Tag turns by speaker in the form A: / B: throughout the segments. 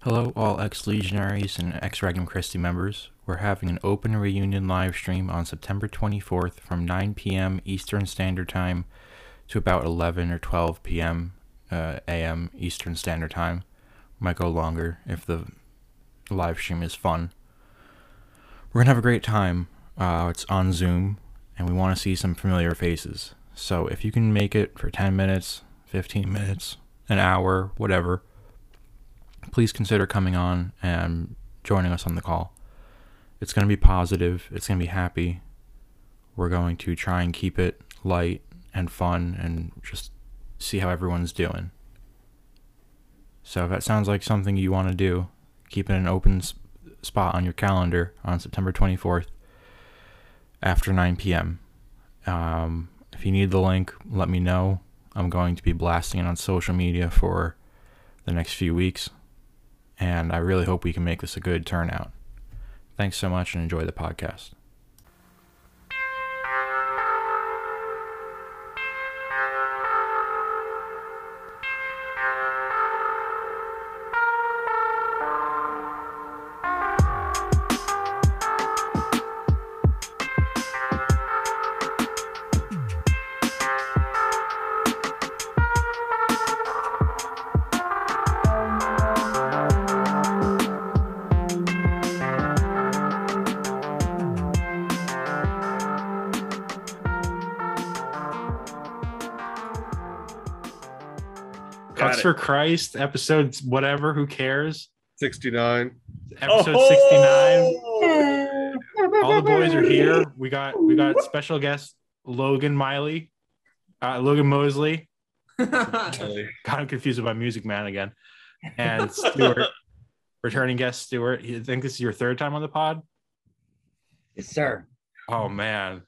A: Hello, all ex Legionaries and ex Regnum Christi members. We're having an open reunion live stream on September 24th from 9 p.m. Eastern Standard Time to about 11 or 12 p.m. Uh, a.m. Eastern Standard Time. Might go longer if the live stream is fun. We're going to have a great time. Uh, it's on Zoom, and we want to see some familiar faces. So if you can make it for 10 minutes, 15 minutes, an hour, whatever, please consider coming on and joining us on the call. It's going to be positive, it's going to be happy. We're going to try and keep it light and fun and just see how everyone's doing. So if that sounds like something you want to do, keep it an open s- spot on your calendar on September 24th after 9 p.m. Um, if you need the link, let me know. I'm going to be blasting it on social media for the next few weeks, and I really hope we can make this a good turnout. Thanks so much and enjoy the podcast.
B: Got
C: Cuts
B: it.
C: for Christ, episode whatever, who cares?
D: 69.
C: Episode
D: Oh!
C: 69. All the boys are here. We got we got special guest Logan Miley, uh, Logan Mosley. God, I'm confused about Music Man again. And Stuart, returning guest Stuart. You think this is your third time on the pod?
E: Yes, sir.
C: Oh man,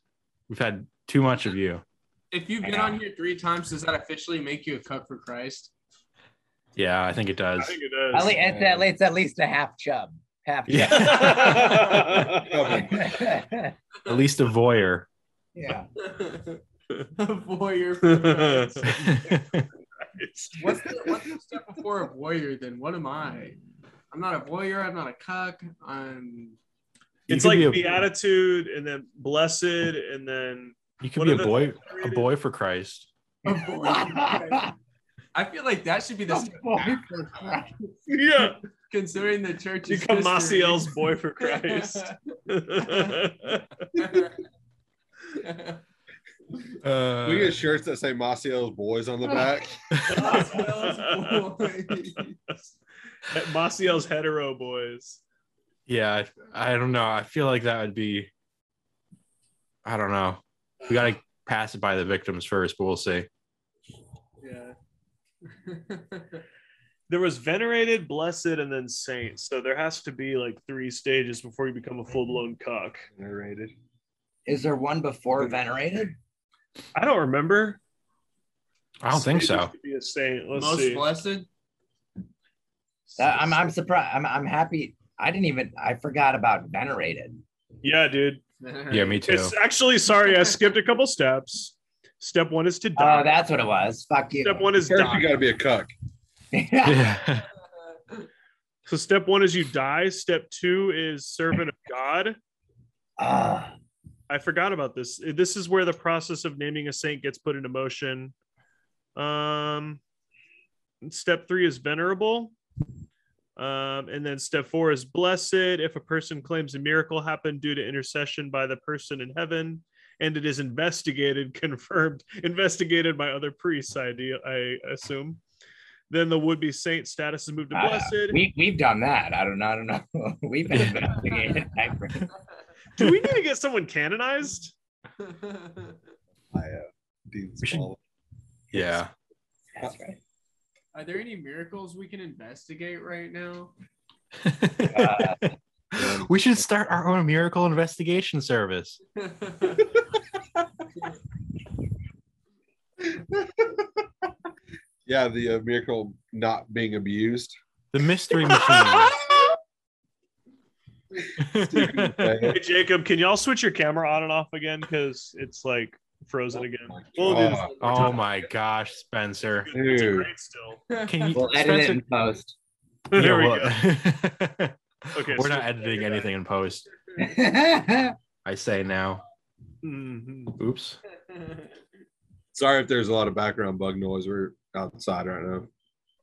C: we've had too much of you.
B: If you've been on here three times, does that officially make you a cuck for Christ?
C: Yeah, I think it does.
D: I think it
E: At
D: does.
E: least, it's at least, at least a half chub. Half chub.
C: Yeah.
E: Yeah.
C: At least a voyeur.
B: voyeur. For Christ.
C: That's
B: what's, the, what's the step before a voyeur? Then what am I? I'm not a voyeur. I'm not a cuck. I'm.
C: You
D: it's
C: could
D: like
C: be a-
D: beatitude and then blessed and then
C: You could
D: What
C: be
D: are
C: a
D: the-
C: boy, a boy for Christ.
B: A voyeur. for Christ. I feel like that should be the step
E: voyeur for Christ.
B: back.
D: yeah,
B: considering the church is
D: become
B: history.
D: Masiel's boy for Christ.
C: Uh,
F: we get shirts that say Masio's boys on the
D: Oh,
F: back.
B: Masiel's boy.
D: Masiel's hetero boys.
C: yeah, I, I don't know. I feel like that would be. I don't know. We gotta pass it by the victims first, but we'll see.
B: yeah.
D: There was venerated, blessed, and then saint. So there has to be like three stages before you become a full blown cock.
F: Narrated.
E: Is there one before venerated?
D: I don't remember.
C: I don't think
D: Stages
C: so.
D: to Be a saint. Let's
B: Most
D: see.
B: blessed.
E: That- Uh, I'm, I'm surprised. I'm, I'm happy. I didn't even. I forgot about venerated.
D: Yeah, dude.
C: Yeah, me too.
D: It's actually sorry, I skipped a couple steps. Step one is to die.
E: Oh, that's what it was. Fuck you.
D: step one is
F: First, you
D: die.
F: gotta be a cuck.
E: yeah.
C: Yeah.
D: So step one is you die. Step two is servant of God.
E: Uh,
D: I forgot about this. Uh, This is where the process of naming a saint gets put into motion. Um, step three is venerable. Um, and then step four is blessed. If a person claims a miracle happened due to intercession by the person in heaven, and it is investigated, confirmed, investigated by other priests, I, de- I assume, then the would be saint status is moved to
E: Uh,
D: blessed.
E: we we've done that. I don't know. I don't know. We've been investigated. I-
D: Do we need to get someone canonized?
F: I, uh, Dean's
C: We should-
F: Ball.
C: yeah.
E: That's right.
B: Are there any miracles we can investigate right now?
E: Uh,
C: we should start our own miracle investigation service.
F: yeah, the uh, miracle not being abused.
C: The mystery machine.
F: Okay.
D: Hey, Jacob, can y'all switch your camera on and off again? Because it's like frozen again.
F: my
D: We'll do this.
F: God.
C: oh my gosh, Spencer.
D: It's
F: Dude.
D: great still.
C: Can you
E: Uh, we'll edit it
C: Spencer,
E: in post.
D: there we
C: Yeah,
D: go.
C: well-
D: Okay,
C: We're
D: so-
C: not editing anything in post. I say now.
D: Mhm.
C: Oops.
F: Sorry if there's a lot of background bug noise. We're outside right now.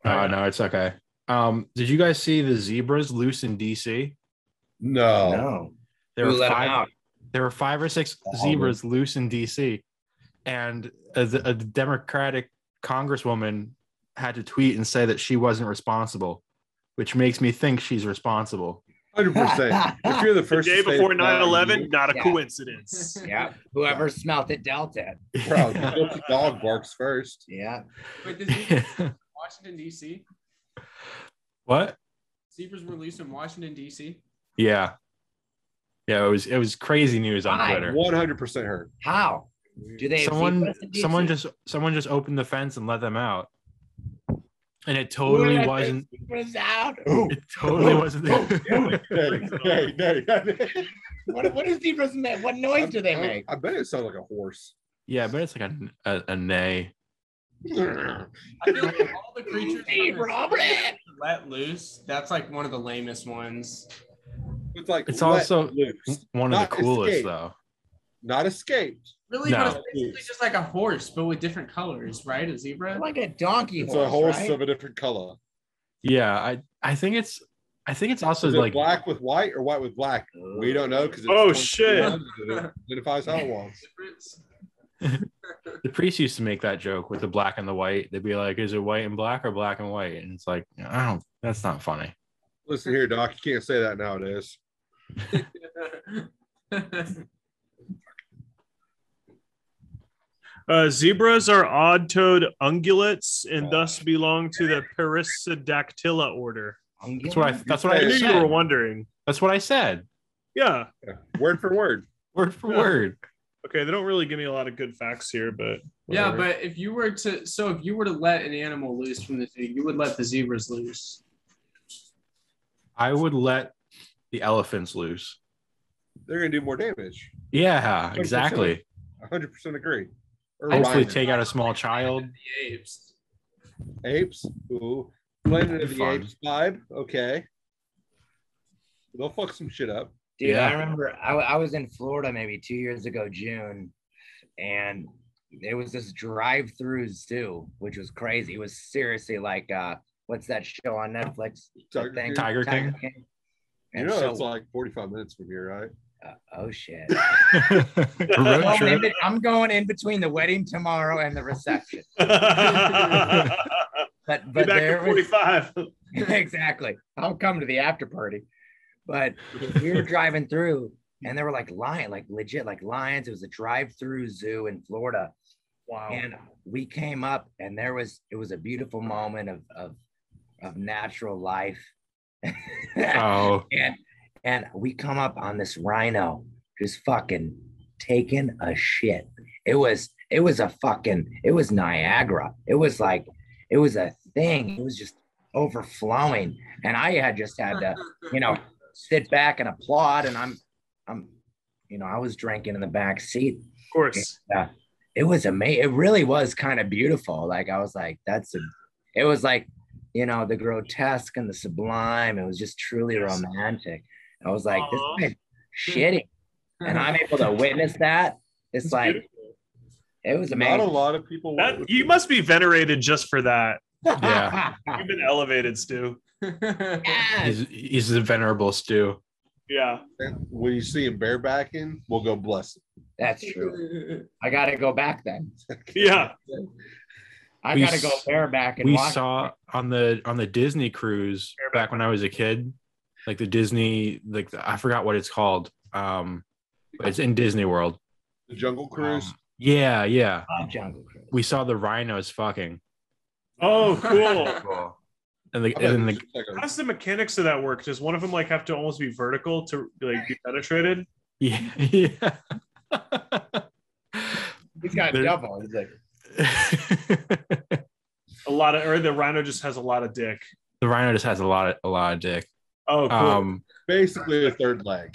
C: Oh no, it's okay. Um, did you guys see the zebras loose in DC?
F: No.
E: Oh. no.
C: There
E: Who
C: were
E: let 'em
C: five.
E: out?
C: There were five or six
F: Oh,
C: zebras loose in DC, and a, a Democratic congresswoman had to tweet and say that she wasn't responsible, which makes me think she's responsible.
F: 100%. if you're the
D: The
F: first
D: day
F: to say
D: before
F: it's not
D: 9 11,
F: you,
D: not a
E: Yeah.
D: coincidence.
E: Yeah. Whoever smelt it dealt it.
F: bro, the guilty dog barks first.
E: Yeah.
B: Wait, the zebras Washington D.C.
C: what?
B: Zebras were released in Washington D.C.
C: Yeah. Yeah, it was it was crazy news on
E: Why?
C: Twitter.
F: 100% hurt.
E: How? Do they have
C: someone
E: zebras in DC?
C: someone just someone just opened the fence and let them out and it
E: Who let
C: totally
E: their
C: wasn't
E: zebras out? Ooh,
C: it totally wasn't
F: hey, hey, hey, hey.
E: what, what do zebras make? What noise do they make?
F: I bet it sounds like a horse.
C: yeah but it's like a, a, a nay
B: I feel like all the creatures from
E: Hey,
B: the
E: Robert!
B: series let loose. That's like one of the lamest ones.
F: It's like
C: It's
F: let
C: also-
F: loose.
C: one of
F: Not
C: the coolest
F: escape.
C: though
F: not escaped.
B: Really,
C: No.
B: but it's basically just like a horse, but with different colors, right? A zebra.
E: Like a donkey
F: It's
E: horse,
F: a horse
E: right?
F: of a different color.
C: yeah i i think it's i think it's also
F: Is
C: like
F: it black with white or white with black? We don't know because
D: Oh, shit.
F: identifies how it wants.
B: Zebras.
C: the priest used to make that joke with the black and the white they'd be like is it white and black or black and white and it's like i don't that's not funny
F: Listen here, Doc. You can't say that nowadays.
D: Uh, zebras are odd toed ungulates and thus belong to the Perissodactyla order.
C: that's what i that's what
D: I
C: i
D: knew you were
C: said.
D: wondering.
C: that's what i said
D: Yeah.
F: Word for word.
C: word for
D: Yeah.
C: word
D: Okay. They don't really give me a lot of good facts here, but.
B: yeah,
D: whatever.
B: but if you were to, so if you were to let an animal loose from the zoo, you would let the zebras loose.
C: i would let the elephants loose
F: They're gonna do more damage.
C: yeah exactly
F: 100 percent agree. Or
C: Hopefully,
F: rhino.
C: take out a small child.
B: The apes.
F: apes. Ooh, Planet
C: That'd
F: of
C: be
F: the
C: fun.
F: Apes vibe. Okay, they'll fuck some shit up.
E: Dude,
C: Yeah.
E: I remember I, I was in Florida maybe two years ago, June, and it was this drive-through zoo, which was crazy. It was seriously like uh, what's that show on Netflix? The
F: Tiger
E: thing-
F: King?
C: Tiger King?
F: You
E: And
F: know,
E: so-
F: it's like 45 minutes from here, right?
E: uh, oh shit!
C: road
E: Well,
C: trip.
E: maybe I'm going in between the wedding tomorrow and the reception,
D: Be
E: but but
D: back
E: there
D: at
E: was
D: 45.
E: exactly. I'll come to the after party. But we were driving through and there were like lion, like legit like lions. It was a drive-through zoo in Florida.
D: Wow.
E: And we came up and there was it was a beautiful moment of of of natural life.
C: Oh,
E: and and we come up on this rhino just fucking taking a shit. It was it was a fucking it was Niagara. It was like it was a thing. It was just overflowing, and I had just had to you know sit back and applaud. And I'm I'm you know I was drinking in the back seat.
D: Of course.
E: It was amazing. It really was kind of beautiful. Like I was like that's a. It was like you know the grotesque and the sublime. It was just truly
D: Yes.
E: romantic. I was like this
D: Aw.
E: is shitty, and I'm able to witness that. It's,
D: It's
E: like
D: beautiful.
E: it was
F: Not a
E: amazing.
F: lot of people.
D: That, you must be venerated just for that.
C: yeah.
D: You've been elevated, Stu.
E: Yes.
C: he's, he's the venerable stew.
D: Yeah.
F: when you see him barebacking, we'll go bless him.
E: That's true. I gotta go back then.
D: Yeah.
E: I
C: We
E: gotta go
C: s-
E: bareback and
C: We
E: walk.
C: saw on the on the Disney cruise back when I was a kid, like the Disney, like the, I forgot what it's called. Um, but it's in Disney World.
F: The Jungle Cruise.
C: Um, yeah, yeah.
E: Oh, Jungle Cruise.
C: We saw the rhinos fucking,
D: Oh, cool.
C: and the
F: I bet
C: and then the
F: it's just like a-
D: How does the mechanics of that work? Does one of them like have to almost be vertical to like be penetrated?
C: yeah. yeah.
E: He's got
C: There-
E: double. He's like,
D: A lot of, or the rhino just has a lot of dick.
C: the rhino just has a lot of a lot of dick.
D: Oh, cool.
C: Um,
F: basically a third leg.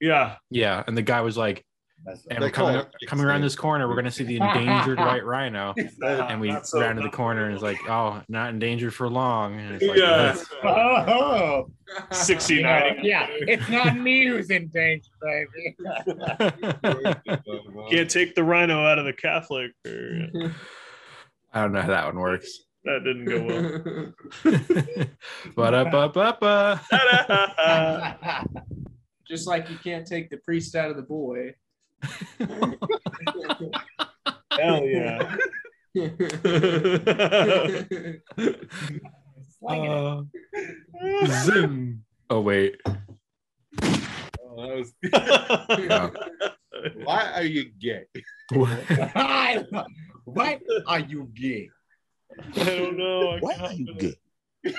D: yeah.
C: yeah, and the guy was like,
E: That's
C: And
F: They
C: we're coming,
F: call it-
C: coming around this corner, we're going to see the endangered white rhino. And we
G: That's so
C: rounded the corner and it's like, oh, not endangered for long. And it's like,
G: Yeah.
H: Oh,
G: 69.
H: yeah. It's not me who's in danger, baby.
D: Can't take the rhino out of the Catholic. Or,
C: I don't know how that one works.
D: that didn't go well.
C: but up, up, up, up.
D: Ta-da!
B: Just like you can't take the priest out of the boy.
D: Hell yeah.
C: Uh, zoom. Oh wait.
F: Oh, that was-
C: Yeah.
F: Why are you gay?
H: I love- Why Uh, are you gay?
D: I don't know. I
E: Why are
D: can't-
E: you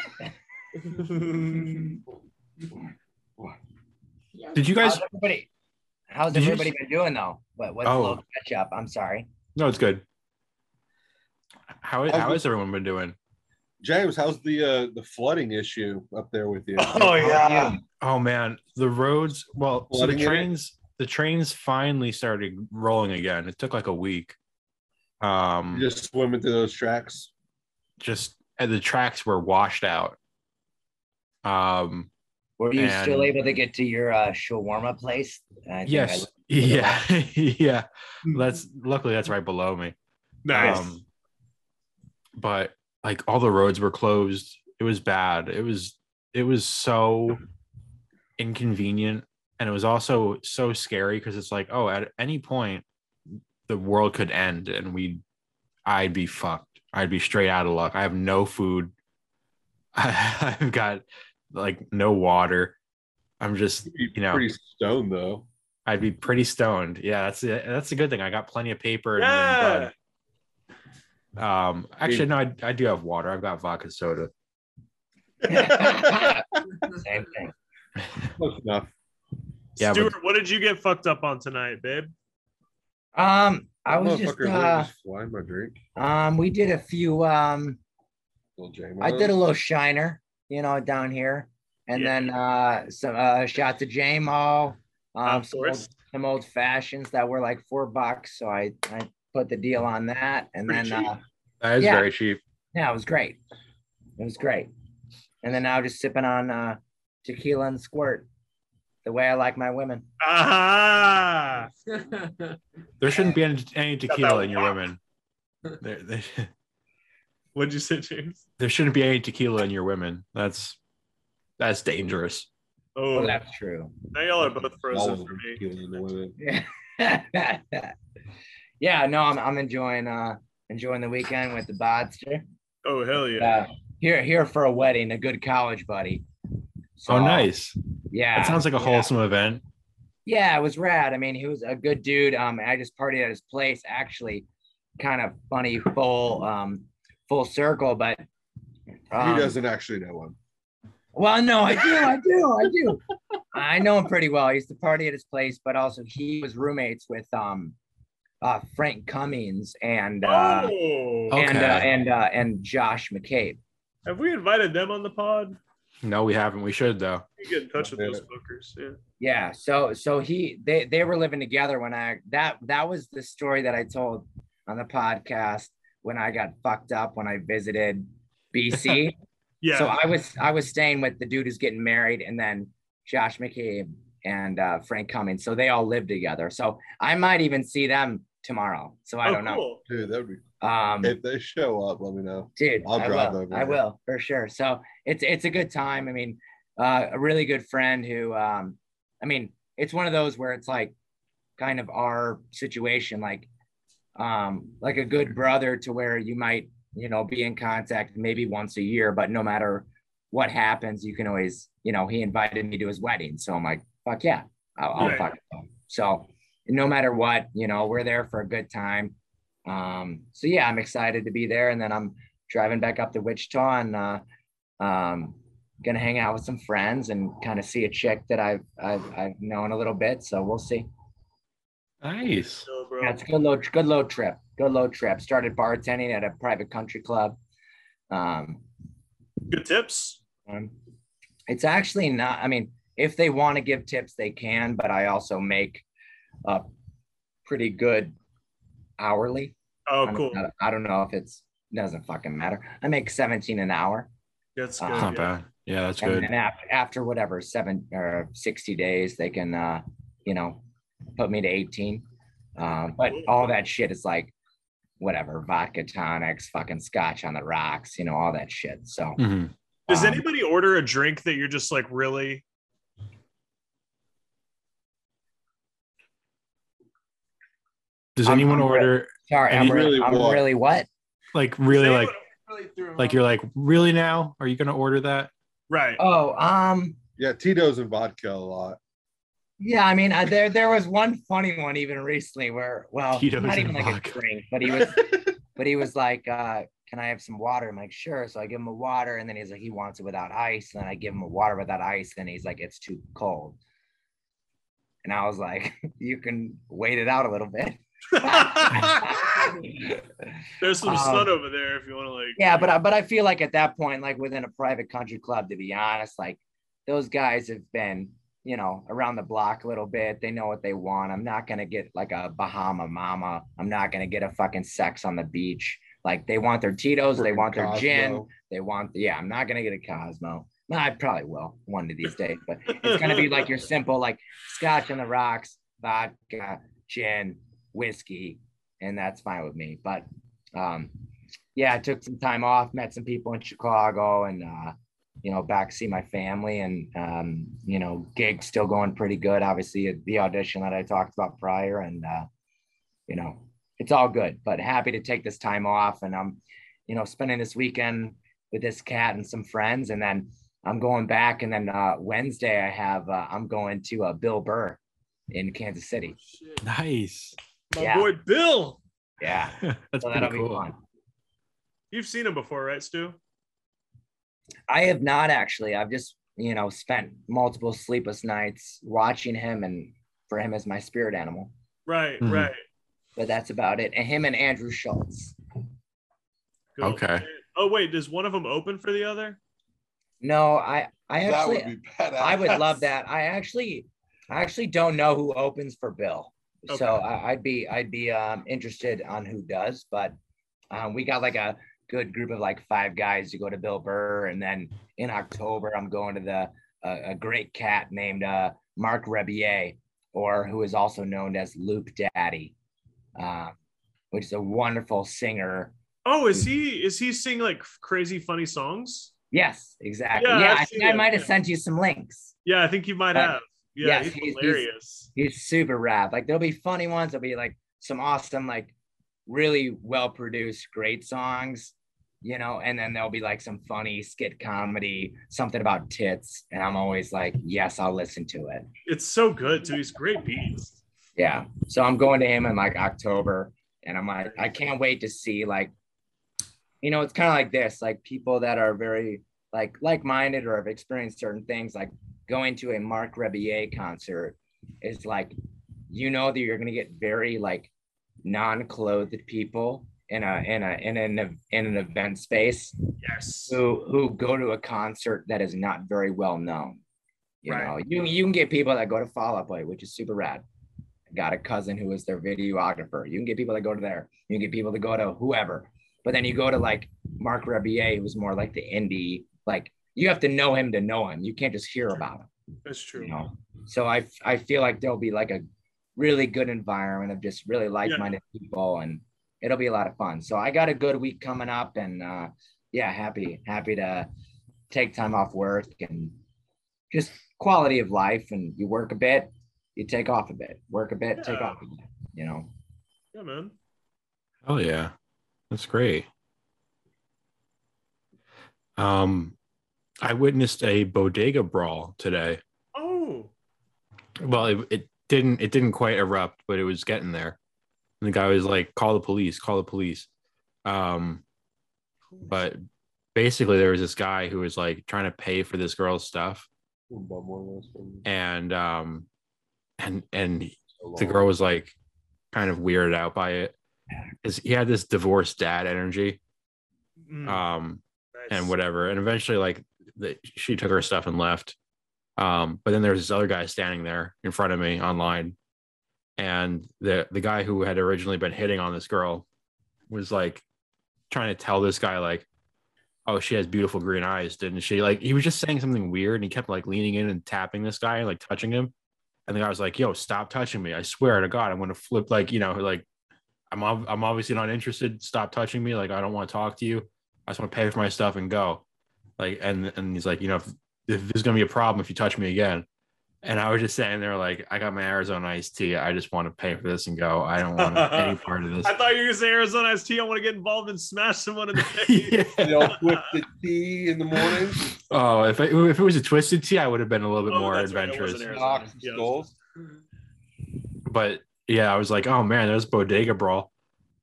E: gay?
C: Did you guys?
E: How's
B: Uh,
E: everybody, how's
C: Did you
E: everybody been doing though? What, what's
C: Oh.
E: the little catch up? I'm sorry.
C: No, it's good. How how has everyone been doing?
F: James, how's the uh, the flooding issue up there with you?
G: Oh yeah.
C: Oh man, the roads. Well, so the
F: Flooding area?
C: trains the trains finally started rolling again. It took like a week. Um,
F: You
C: just,
F: just swimming through those tracks.
C: and the tracks were washed out. Um.
E: Were you still
C: And-
E: able to get to your uh, shawarma place? I think
C: Yes.
E: I-
C: Yeah. yeah.
E: Mm-hmm.
C: That's luckily that's right below me.
D: Nice.
C: Um, but like all the roads were closed. It was bad. It was it was so inconvenient, and it was also so scary because it's like, oh, at any point, the world could end, and we, I'd be fucked. I'd be straight out of luck. I have no food. I, I've got like no water. I'm just
F: You'd be
C: You know.
F: pretty stoned though.
C: I'd be pretty stoned. Yeah, that's the, that's a good thing. I got plenty of paper. And
D: Yeah.
C: bread. Um, actually, no, I, I do have water. I've got vodka soda.
E: Same thing.
F: Close enough.
C: Yeah, but-
D: Stuart, what did you get fucked up on tonight, babe?
E: Um, I was
F: Motherfucker,
E: just,
F: let me
E: uh,
F: just fly my drink.
E: um, we did a few, um,
F: Little James.
E: I did a little shiner, you know, down here, and
D: Yeah.
E: then uh, some uh, shot to J Mo, um,
D: Of
E: some
D: course.
E: old, some old fashions that were like four bucks, so I I put the deal on that, and
D: Pretty
E: then
D: cheap.
E: uh,
C: that is
E: Yeah.
C: very cheap.
E: yeah, it was great, it was great, and then now just sipping on uh, tequila and squirt, the way I like my women.
D: Ah,
C: There shouldn't be any, any tequila in your
D: water.
C: women. There, there,
D: what'd you say, James?
C: there shouldn't be any tequila in your women. That's that's dangerous.
D: Oh,
E: Well,
D: now
E: that's true.
D: y'all are both
F: All
D: frozen
F: of
D: for
F: them
D: me.
F: feeling the women.
E: Yeah, yeah, no, I'm I'm enjoying uh enjoying the weekend with the bodster.
D: Oh, hell yeah.
E: Yeah, here here for a wedding, a good college buddy. So,
C: Oh, nice.
E: Yeah,
C: That sounds like a
E: yeah.
C: wholesome event.
E: Yeah, it was rad. I mean, he was a good dude. Um, I just partied at his place. Actually, kind of funny, full um, full circle. But um,
F: he doesn't actually know him.
E: Well, no, I do, I do, I do. I know him pretty well. I used to party at his place, but also he was roommates with um, uh, Frank Cummings and uh,
D: Oh,
C: Okay.
E: and uh, and uh, and Josh McCabe.
D: have we invited them on the pod?
C: No, we haven't. We should though.
D: You get in touch with those fuckers. Yeah.
E: Yeah. So so he they they were living together when I that that was the story that I told on the podcast when I got fucked up when I visited BC.
D: Yeah.
E: So I was I was staying with the dude who's getting married and then Josh McCabe and uh, Frank Cummings. So they all live together. So I might even see them tomorrow. So I
D: Oh,
E: don't
D: cool.
F: Dude, that'd be
E: know. Um
F: if they show up, let me know.
E: dude
F: I'll
E: I
F: drive
E: will.
F: over
E: i
F: there.
E: will for sure so it's it's a good time i mean uh a really good friend who um i mean it's one of those where it's like kind of our situation like um like a good brother to where you might you know be in contact maybe once a year but no matter what happens you can always you know he invited me to his wedding so i'm like fuck yeah i'll, I'll
D: Right.
E: fuck him. so no matter what you know we're there for a good time um so yeah i'm excited to be there and then i'm driving back up to Wichita and uh, um, gonna hang out with some friends and kind of see a chick that I've, I've I've known a little bit. So we'll see.
C: Nice.
D: No, bro.
E: That's good low good low trip. Good low trip. Started bartending at a private country club. Um,
D: Good tips.
E: um, it's actually not. I mean, if they want to give tips, they can. But I also make a pretty good hourly. I
D: Oh,
E: don't-
D: cool.
E: I don't, I don't know if it's doesn't fucking matter. I make 17 an hour.
D: That's
E: Uh,
D: good.
E: It's
A: Not
D: yeah.
A: bad. Yeah, that's
E: and
A: good.
E: then after, after whatever, seven or 60 days, they can, uh, you know, put me to 18. Um, but all that shit is like, whatever, vodka tonics, fucking scotch on the rocks, you know, all that shit. So
A: hmm
D: Does
E: um,
D: anybody order a drink that you're just like really?
C: Does
E: I'm-
C: anyone
E: I'm re-
C: order
E: sorry,
C: and
E: I'm
F: you
E: really,
F: really
E: I'm
F: want-
E: really what?
C: like really
D: Does
C: like
D: anyone-
B: Really threw him
C: like
B: off.
C: you're like really now? Are you gonna order that?
D: right.
E: Oh, um,
F: Yeah, Tito's and vodka a lot.
E: Yeah, I mean, I, there there was one funny one even recently where, well,
C: Tito's
E: not
C: and
E: even like
C: vodka.
E: a drink, but he was, but he was like, uh, "Can I have some water?" I'm like, "Sure." So I give him a water, and then he's like, "He wants it without ice." And then I give him a water without ice, and he's like, "It's too cold." And I was like, "You can wait it out a little bit."
D: There's some
E: Um,
D: sun over there if you want to like.
E: yeah, but I, but I feel like at that point, like within a private country club, to be honest, like those guys have been, you know, around the block a little bit. They know what they want. I'm not gonna get like a Bahama Mama. I'm not gonna get a fucking sex on the beach. Like they want their Tito's, they
F: Freaking
E: want their gin,
F: Cosmo.
E: they want yeah. I'm not gonna get a Cosmo. No, I probably will one of these days, but it's gonna be like your simple like Scotch on the rocks, vodka, gin, whiskey, and that's fine with me. But um, yeah, I took some time off, met some people in Chicago, and uh, you know, back see my family, and um, you know, gig still going pretty good. Obviously, the audition that I talked about prior, and uh, you know, it's all good. But happy to take this time off, and I'm, you know, spending this weekend with this cat and some friends, and then I'm going back, and then uh, Wednesday I have uh, I'm going to uh, Bill Burr in Kansas City.
B: Shit.
C: Nice.
D: My
E: yeah.
D: boy Bill,
E: Yeah,
C: That's
E: so
C: pretty
E: that'll be
C: cool.
E: fun.
D: you've seen him before, right, Stu?
E: I have not actually. I've just, you know, spent multiple sleepless nights watching him and for him as my spirit animal.
D: Right,
C: Mhm.
D: right.
E: But that's about it. And him and Andrew Schultz.
D: Cool.
A: Okay.
D: Oh wait, does one of them open for the other?
E: No, I I
G: that
E: actually
G: would be badass.
E: I would love that. I actually I actually don't know who opens for Bill.
D: Okay.
E: So I, I'd be I'd be um, interested on who does, but um, we got like a good group of like five guys to go to Bill Burr, and then in October I'm going to the uh, a great cat named uh, Mark Rebier, or who is also known as Luke Daddy, uh, which is a wonderful singer.
D: Oh, is he is he sing like crazy funny songs?
E: Yes, exactly.
D: Yeah,
E: Yeah,
D: I've
E: I
D: seen
E: think I
D: it,
E: might have
D: yeah.
E: sent you some links.
D: Yeah, I think you might
E: Uh,
D: have. Yeah,
E: yes,
D: he's,
E: he's- he's-
D: hilarious.
E: he's super rad. Like there'll be funny ones. There'll be like some awesome, like really well produced, great songs, you know. And then there'll be like some funny skit comedy, something about tits. And I'm always like, yes, I'll listen to it.
D: It's so good too. He's great beats.
E: Yeah. So I'm going to him in like October, and I'm like, I can't wait to see like, you know, it's kind of like this, like people that are very like like-minded or have experienced certain things, like going to a Mark Rebier concert is like, you know, that you're gonna get very like non-clothed people in a in a in an in an event space
D: Yes.
E: who who go to a concert that is not very well known. You
D: Right.
E: know, you you can get people that go to Fall Out Boy, which is super rad. I got a cousin who is their videographer. You can get people that go to there. You can get people that go to whoever. But then you go to like Mark Rebier, who's more like the indie. Like you have to know him to know him. You can't just hear about him.
D: That's true.
E: You know. So I I feel like there'll be like a really good environment of just really like-minded people and it'll be a lot of fun. So I got a good week coming up and uh yeah, happy happy to take time off work and just quality of life and you work a bit, you take off a bit, work a bit, take
D: Yeah.
E: off a bit, you know.
D: Yeah, man.
A: Oh yeah, that's great. Um, I witnessed a bodega brawl today.
D: Oh,
A: Well, it, it didn't it didn't quite erupt, but it was getting there. And the guy was like, "Call the police! Call the police!" Um, but basically, there was this guy who was like trying to pay for this girl's stuff,
F: One more last one.
A: and um, and and
F: So
A: the
F: long.
A: girl was like kind of weirded out by it because he had this divorced dad energy.
D: Mm,
C: Uh,
A: Um,
D: nice.
A: and whatever. And eventually, like the, she took her stuff and left. Um, but then there was this other guy standing there in front of me online,
C: and the the guy who had originally been hitting on this girl was like trying to tell this guy like oh she has beautiful green eyes didn't she like he was just saying something weird and he kept like leaning in and tapping this guy and like touching him and the guy was like yo stop touching me i swear to god i'm going to flip like you know like i'm ob- i'm obviously not interested stop touching me like i don't want to talk to you i just want to pay for my stuff and go like and and he's like you know if, if there's going to be a problem if you touch me again and I was just sitting there like, I got my Arizona iced tea. I just want to pay for this and go. I don't want any part of this.
D: I thought you were gonna say Arizona iced tea. I want to get involved and smash someone in the face.
C: Yeah.
F: You know, with the tea in the morning,
C: Oh, if it, if it was a twisted tea, I would have been a little bit
D: Oh,
C: more
D: that's right, it
C: adventurous.
D: wasn't Arizona.
F: knocks and
D: Yeah,
F: skulls.
C: but yeah, I was like, oh man, there's Bodega Brawl.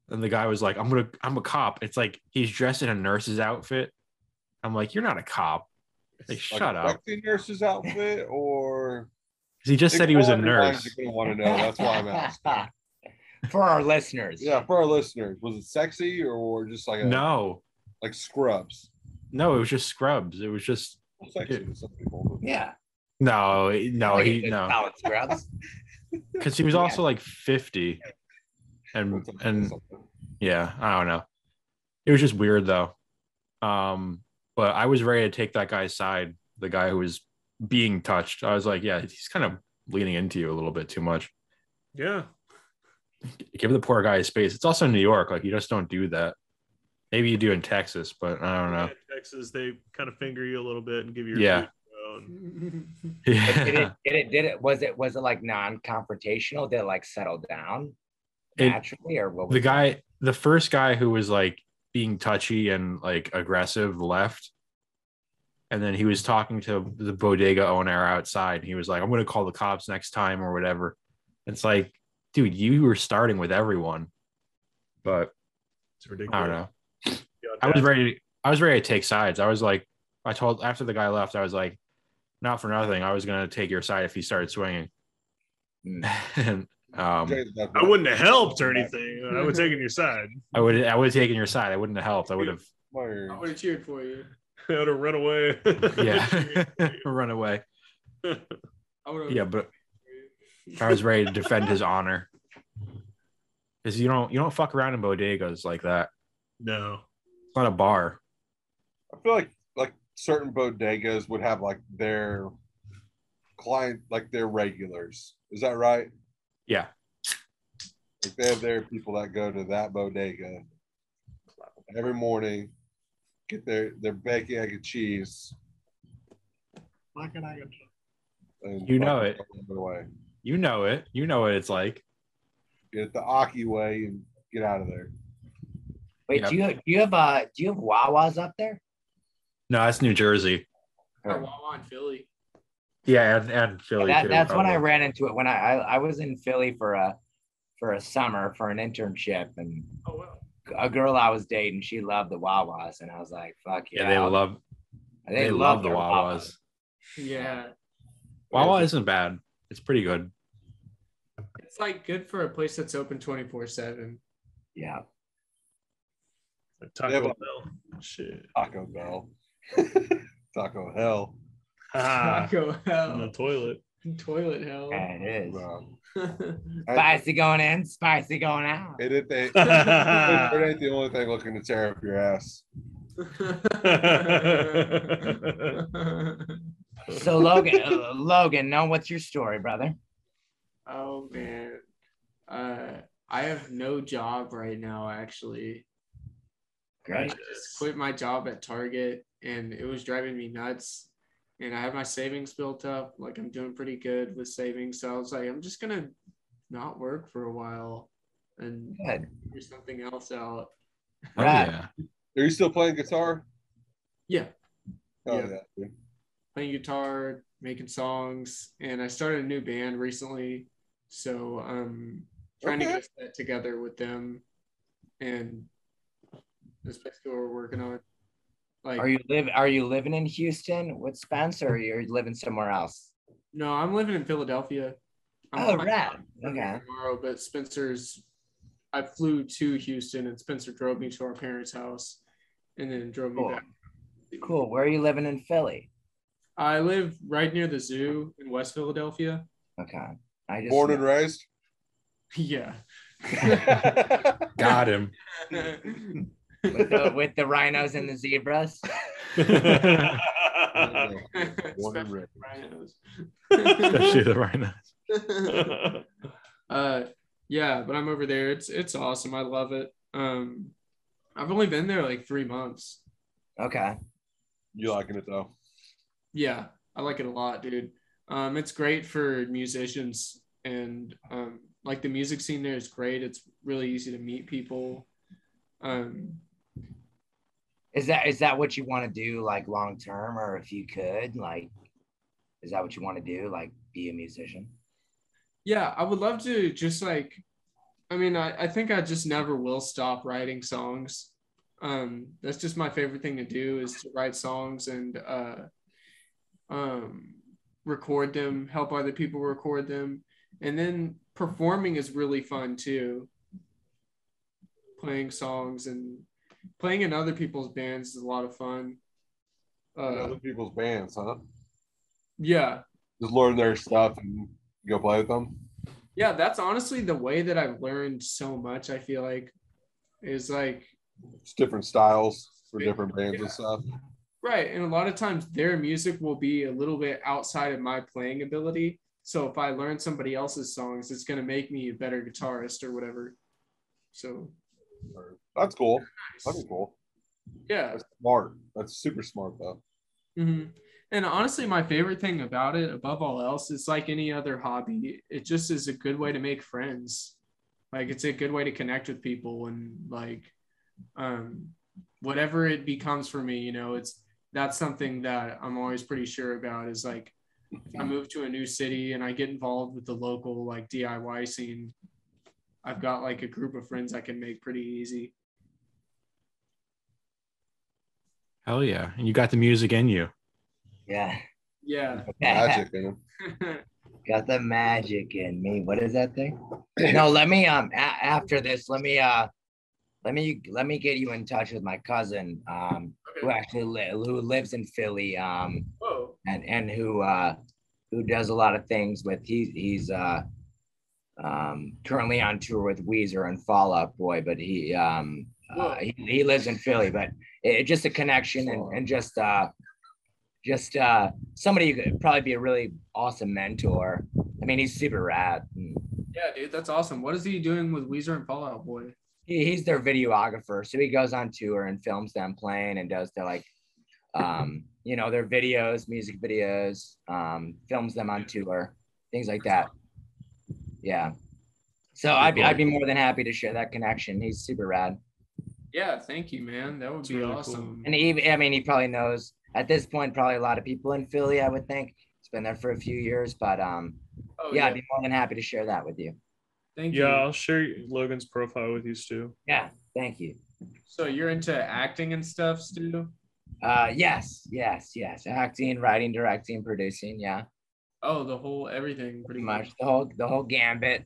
C: And the guy was like, I'm gonna, I'm a cop. It's like he's dressed in a nurse's outfit. I'm like, you're not a cop. Like, shut
F: a
C: up.
F: sexy nurse's outfit, or
C: 'Cause He just said he was a
F: Everyone's
C: nurse.
F: Gonna want to know. That's why I'm asking.
E: For our listeners.
F: Yeah, for our listeners, was it sexy or just like a,
C: No,
F: like scrubs?
C: no, it was just scrubs. It was just
F: Well, Sexy to some people. but-
E: Yeah.
C: no, no,
E: Like,
C: he
E: it's
C: no.
E: solid scrubs.
C: because he was also like 50 and
F: Something-
C: and um,
F: something.
C: yeah i don't know it was just weird though um but i was ready to take that guy's side the guy who was being touched i was like yeah he's kind of leaning into you a little bit too much
D: yeah.
C: give the poor guy his space it's also new york like you just don't do that maybe you do in texas but i don't know
D: In Texas, they kind of finger you a little bit and give you your
C: Yeah.
D: food.
E: Did
C: yeah
E: it, did it, did it, was it, was it like non-confrontational? Did it like settle down
C: It-
E: naturally or what was
C: the guy the first guy who was like being touchy and like aggressive left and then he was talking to the bodega owner outside and he was like i'm going to call the cops next time or whatever it's like dude you were starting with everyone but
D: It's ridiculous.
C: i don't know
D: Yeah,
C: i was ready i was ready to take sides i was like i told after the guy left i was like not for nothing i was going to take your side if he started swinging and um
F: Jay's definitely-
D: I wouldn't have helped or anything. I would have taken your side.
C: i would i would have taken your side i wouldn't have helped i would have
F: Fire.
B: I would have cheered for you.
D: I would have run away.
C: yeah run away
B: I would have.
C: yeah but I was ready to defend his honor. Because you don't you don't fuck around in bodegas like that.
D: no.
C: It's not a bar.
F: I feel like like certain bodegas would have like their client, like their regulars. Is that right?
C: Yeah.
F: Like they have their people that go to that bodega every morning, get their their bacon, egg, and cheese.
B: Why can I get
F: And
C: You know it.
F: fucking go Away.
C: You know it. You know what it's like.
F: Get it the Aki way and get out of there.
E: Wait, do you do you have uh do you have Wawas up there?
C: No, that's New Jersey.
B: or Wawa in Philly?
C: Yeah, and, and Philly.
E: That,
C: too,
E: that's when I
C: Oh, probably.
E: ran into it when I, I I was in Philly for a for a summer for an internship and
B: Oh well.
E: a girl I was dating she loved the Wawas and I was like fuck yeah,
C: Yeah, they love
E: I'll-
C: they, love the Wawas.
B: Yeah,
C: Wawa isn't bad. It's pretty good.
B: it's like good for a place that's open twenty four seven.
E: Yeah,
D: Taco
F: Yeah,
D: Bell.
F: but-
D: Shit.
F: Taco Bell. Taco Hell.
D: Ah,
B: Taco
D: in the
B: hell,
D: toilet.
B: toilet hell.
E: yeah, it is
F: Um, I-
E: spicy going in, spicy going out.
F: and if they, it ain't the only thing looking to tear up your ass.
C: Ah.
E: So Logan, uh, Logan, no, what's your story, brother?
B: oh man, uh, I have no job right now. Actually,
E: Great.
B: quit my job at Target and it was driving me nuts. And I had my savings built up, like I'm doing pretty good with savings. So I was like, I'm just gonna not work for a while and
E: Good.
B: figure something else out.
C: Oh,
E: Right.
C: yeah.
F: Are you still playing guitar?
B: Yeah,
F: Oh
B: Yeah.
F: yeah. dude.
B: playing guitar, making songs, and I started a new band recently. So I'm trying to
F: Okay.
B: get that together with them, and that's basically what we're working on. Like,
E: Are you live? Are you living in Houston with Spence, or you're living somewhere else?
B: no, I'm living in Philadelphia. I'm
E: Oh,
B: flying
E: right.
B: out
E: Okay.
B: Tomorrow, but Spencer's. I flew to Houston, and Spencer drove me to our parents' house, and then drove me
E: Cool.
B: back.
E: Cool. Where are you living in Philly?
B: I live right near the zoo in West Philadelphia.
E: Okay. I just
F: Born and raised?
B: Yeah.
I: Got him.
E: with, the, with the rhinos and the zebras.
B: Especially rhinos.
C: Especially the rhinos.
B: uh yeah but i'm over there it's it's awesome i love it um i've only been there like three months
E: Okay.
F: You liking it though?
B: yeah i like it a lot dude um it's great for musicians and um like the music scene there is great it's really easy to meet people um
E: Is that is that what you want to do like long term or if you could like is that what you want to do like be a musician?
B: yeah i would love to just like i mean i, I think i just never will stop writing songs um that's just my favorite thing to do is to write songs and uh um record them help other people record them and then performing is really fun too playing songs and playing in other people's bands is a lot of fun uh
F: Other people's bands, huh?
B: yeah
F: Just learn their stuff and go play with them.
B: yeah that's honestly the way that i've learned so much i feel like is like
F: It's different styles for different bands and stuff.
B: Right. And a lot of times their music will be a little bit outside of my playing ability. So if I learn somebody else's songs, it's going to make me a better guitarist or whatever. So
F: That's cool. That'd be cool.
B: yeah.
F: That's smart. That's super smart though.
B: hmm And honestly, my favorite thing about it, above all else, is like any other hobby, it just is a good way to make friends. Like it's a good way to connect with people and like um, whatever it becomes for me, you know, it's that's something that I'm always pretty sure about is like if I move to a new city and I get involved with the local like DIY scene, I've got like a group of friends I can make pretty easy.
C: Hell yeah. And you got the music in you.
E: Yeah.
B: Yeah.
F: Magic in them.
E: Got the magic in me. What is that thing? No, let me um a- after this, let me uh let me let me get you in touch with my cousin um who actually li- who lives in Philly um
B: Whoa.
E: and and who uh who does a lot of things with he's he's uh um currently on tour with Weezer and Fall Out Boy but he um uh, he, he lives in Philly but it, just a connection and, and just uh just uh somebody who could probably be a really awesome mentor I mean he's super rad and
B: Yeah, dude, that's awesome. What is he doing with Weezer and Fallout Boy?
E: he, he's their videographer so he goes on tour and films them playing and does their like um you know their videos music videos um films them on tour things like that yeah so I'd be, I'd be more than happy to share that connection he's super rad
B: Yeah, thank you, man. That would
D: That's
B: be
D: really cool.
B: awesome.
E: and he i mean he probably knows at this point probably a lot of people in philly i would think it's been there for a few years but um
B: Oh,
E: yeah
B: yeah,
E: i'd be more than happy to share that with you
B: thank
D: yeah,
B: you.
D: I'll share Logan's profile with you, Stu.
E: yeah thank you
B: So you're into acting and stuff, Stu?
E: uh yes yes yes acting writing directing producing yeah
B: Oh, the whole everything, pretty
E: pretty
B: much.
E: much the whole the whole gambit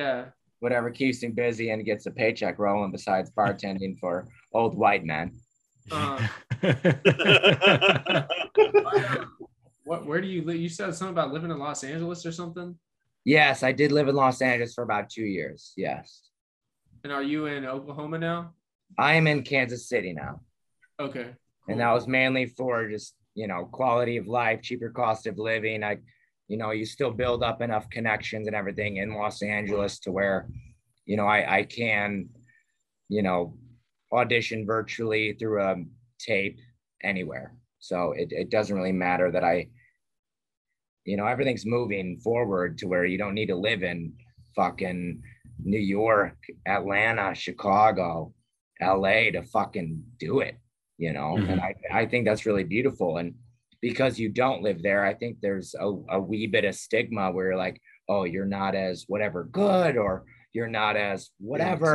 B: Yeah,
E: whatever keeps him busy and gets a paycheck rolling besides bartending for old white men
B: Uh, what? Where do you live? You said something about living in Los Angeles or something.
E: yes i did live in los angeles for about two years yes
B: And are you in Oklahoma now?
E: i am in kansas city now
B: Okay.
E: and that was mainly for just you know quality of life cheaper cost of living i you know you still build up enough connections and everything in los angeles to where you know i i can you know audition virtually through a tape anywhere so it, it doesn't really matter that i you know everything's moving forward to where you don't need to live in fucking new york atlanta chicago la to fucking do it you know and I, I think that's really beautiful and because you don't live there i think there's a, a wee bit of stigma where you're like oh you're not as whatever good or you're not as whatever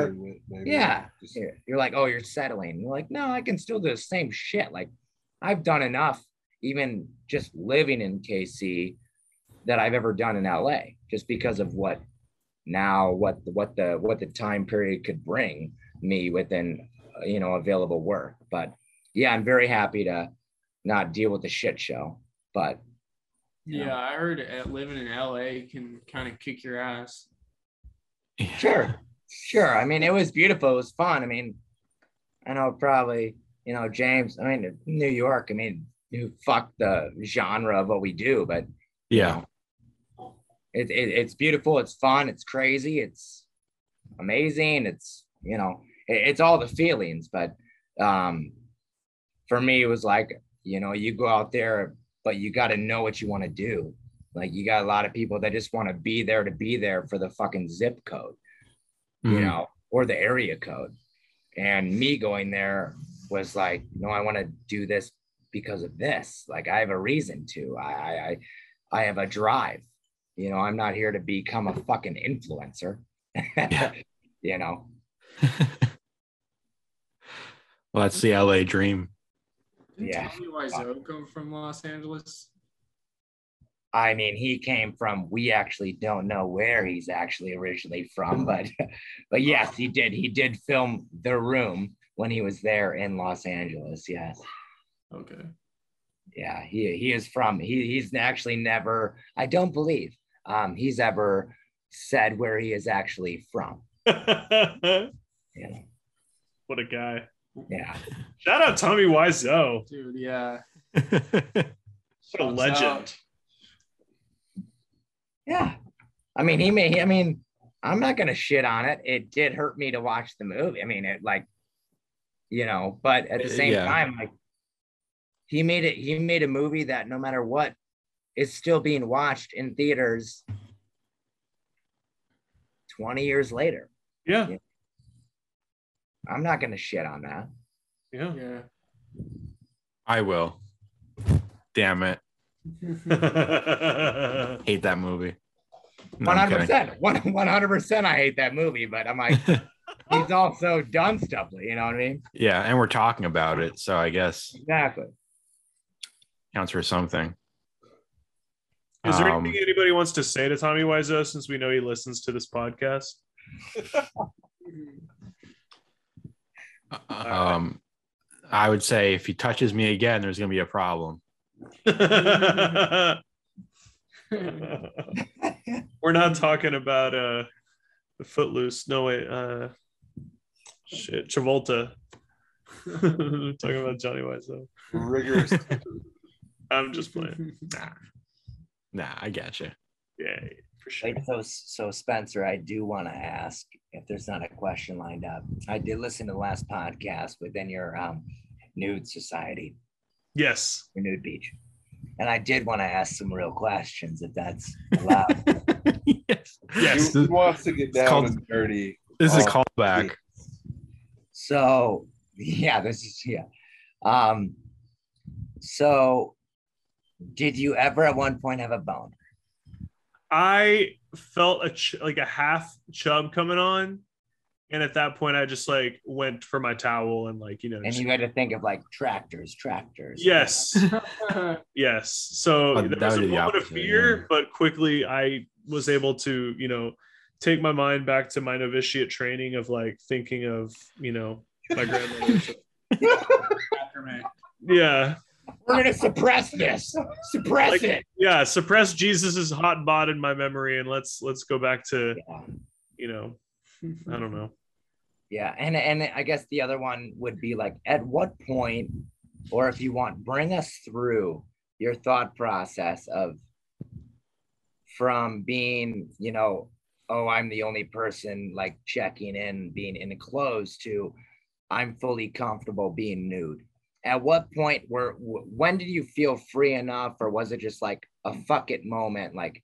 F: Maybe.
E: yeah.
F: Just-
E: You're you're like, oh, you're settling. You're like, no, I can still do the same shit. Like, I've done enough, even just living in KC, that I've ever done in LA, just because of what now, what what the what the time period could bring me within, uh, you know, available work. But yeah, I'm very happy to not deal with the shit show. But
B: Yeah, I heard uh, living in LA can kind of kick your ass.
E: Sure. Sure. I mean, it was beautiful. It was fun. I mean, I know probably, you know, James, I mean, New York, I mean, you fuck the genre of what we do, but
C: Yeah.
E: it, it, it's beautiful. It's fun. It's crazy. It's amazing. It's, you know, it- it's all the feelings. But um, for me, it was like, you know, you go out there, but you got to know what you want to do. Like, you got a lot of people that just want to be there to be there for the fucking zip code you
A: Mhm.
E: know, or the area code. And me going there was like, no, I want to do this because of this. Like I have a reason to. I I I- I have a drive. You know, I'm not here to become a fucking influencer. you know.
C: Well, that's the LA dream.
B: Didn't
E: Yeah.
B: Tommy Wiseau come from Los Angeles?
E: I mean, he came from we actually don't know where he's actually originally from, but but yes, he did. He did film The Room when he was there in Los Angeles. Yes.
B: Okay.
E: yeah he he is from he he's actually never i don't believe um he's ever said where he is actually from
D: what
E: you know
D: a guy.
E: yeah
D: Shout out Tommy Wiseau.
B: Dude, yeah.
D: What a legend.
E: yeah i mean he may i mean i'm not gonna shit on it it did hurt me to watch the movie i mean it like you know but at the same
C: Uh, Yeah.
E: time like he made it he made a movie that no matter what is still being watched in theaters 20 years later
D: Yeah.
E: i'm not gonna shit on that
D: Yeah.
B: Yeah.
C: I will. Damn it.
D: yeah.
C: Hate that movie. No,
E: One
C: I'm
E: hundred
C: kidding.
E: percent. One hundred percent. I hate that movie, but I'm like, he's also done stuff. You know what I mean?
C: yeah, and we're talking about it, so I guess
E: Exactly.
C: counts for something.
D: Is there
C: Um,
D: anything anybody wants to say to Tommy Wiseau since we know he listens to this podcast?
C: Um, I would say if he touches me again, there's gonna be a problem.
D: We're not talking about uh the Footloose. No wait, uh shit, Travolta. talking about Johnny Wiseau.
F: Rigorous.
D: I'm just playing.
C: Nah, I gotcha.
D: Yeah, for sure.
E: Wait, so so Spencer, I do want to ask if there's not a question lined up. I did listen to the last podcast within your um, nude society,
D: Yes.
E: your nude beach, and I did want to ask some real questions if that's allowed.
C: yes.
D: Yes.
F: He, he wants to get down
C: called-
F: and dirty.
C: This is a
F: Oh,
C: callback.
E: So yeah, this is yeah. Um, so did you ever at one point have a bone?
D: I felt a ch- like a half chub coming on. And at that point I just like went for my towel and like, you know,
E: And
D: just-
E: you had to think of like tractors, tractors.
D: yes. Yes. So
C: Oh,
D: there
C: that
D: was a
C: would be the
D: moment of
C: opposite,
D: fear,
C: yeah.
D: but quickly I was able to, you know, take my mind back to my novitiate training of like thinking of, you know, my grandmother. yeah.
E: We're gonna suppress this. Suppress
D: Like-
E: it.
D: Yeah. Suppress Jesus's hot bod in my memory and let's let's go back to,
E: Yeah.
D: you know, I don't know.
E: yeah. And and I guess the other one would be like at what point, or if you want, bring us through your thought process of from being, you know, oh, I'm the only person like checking in, being in clothes to I'm fully comfortable being nude. At what point were wh- when did you feel free enough, or was it just like a fuck it moment? Like,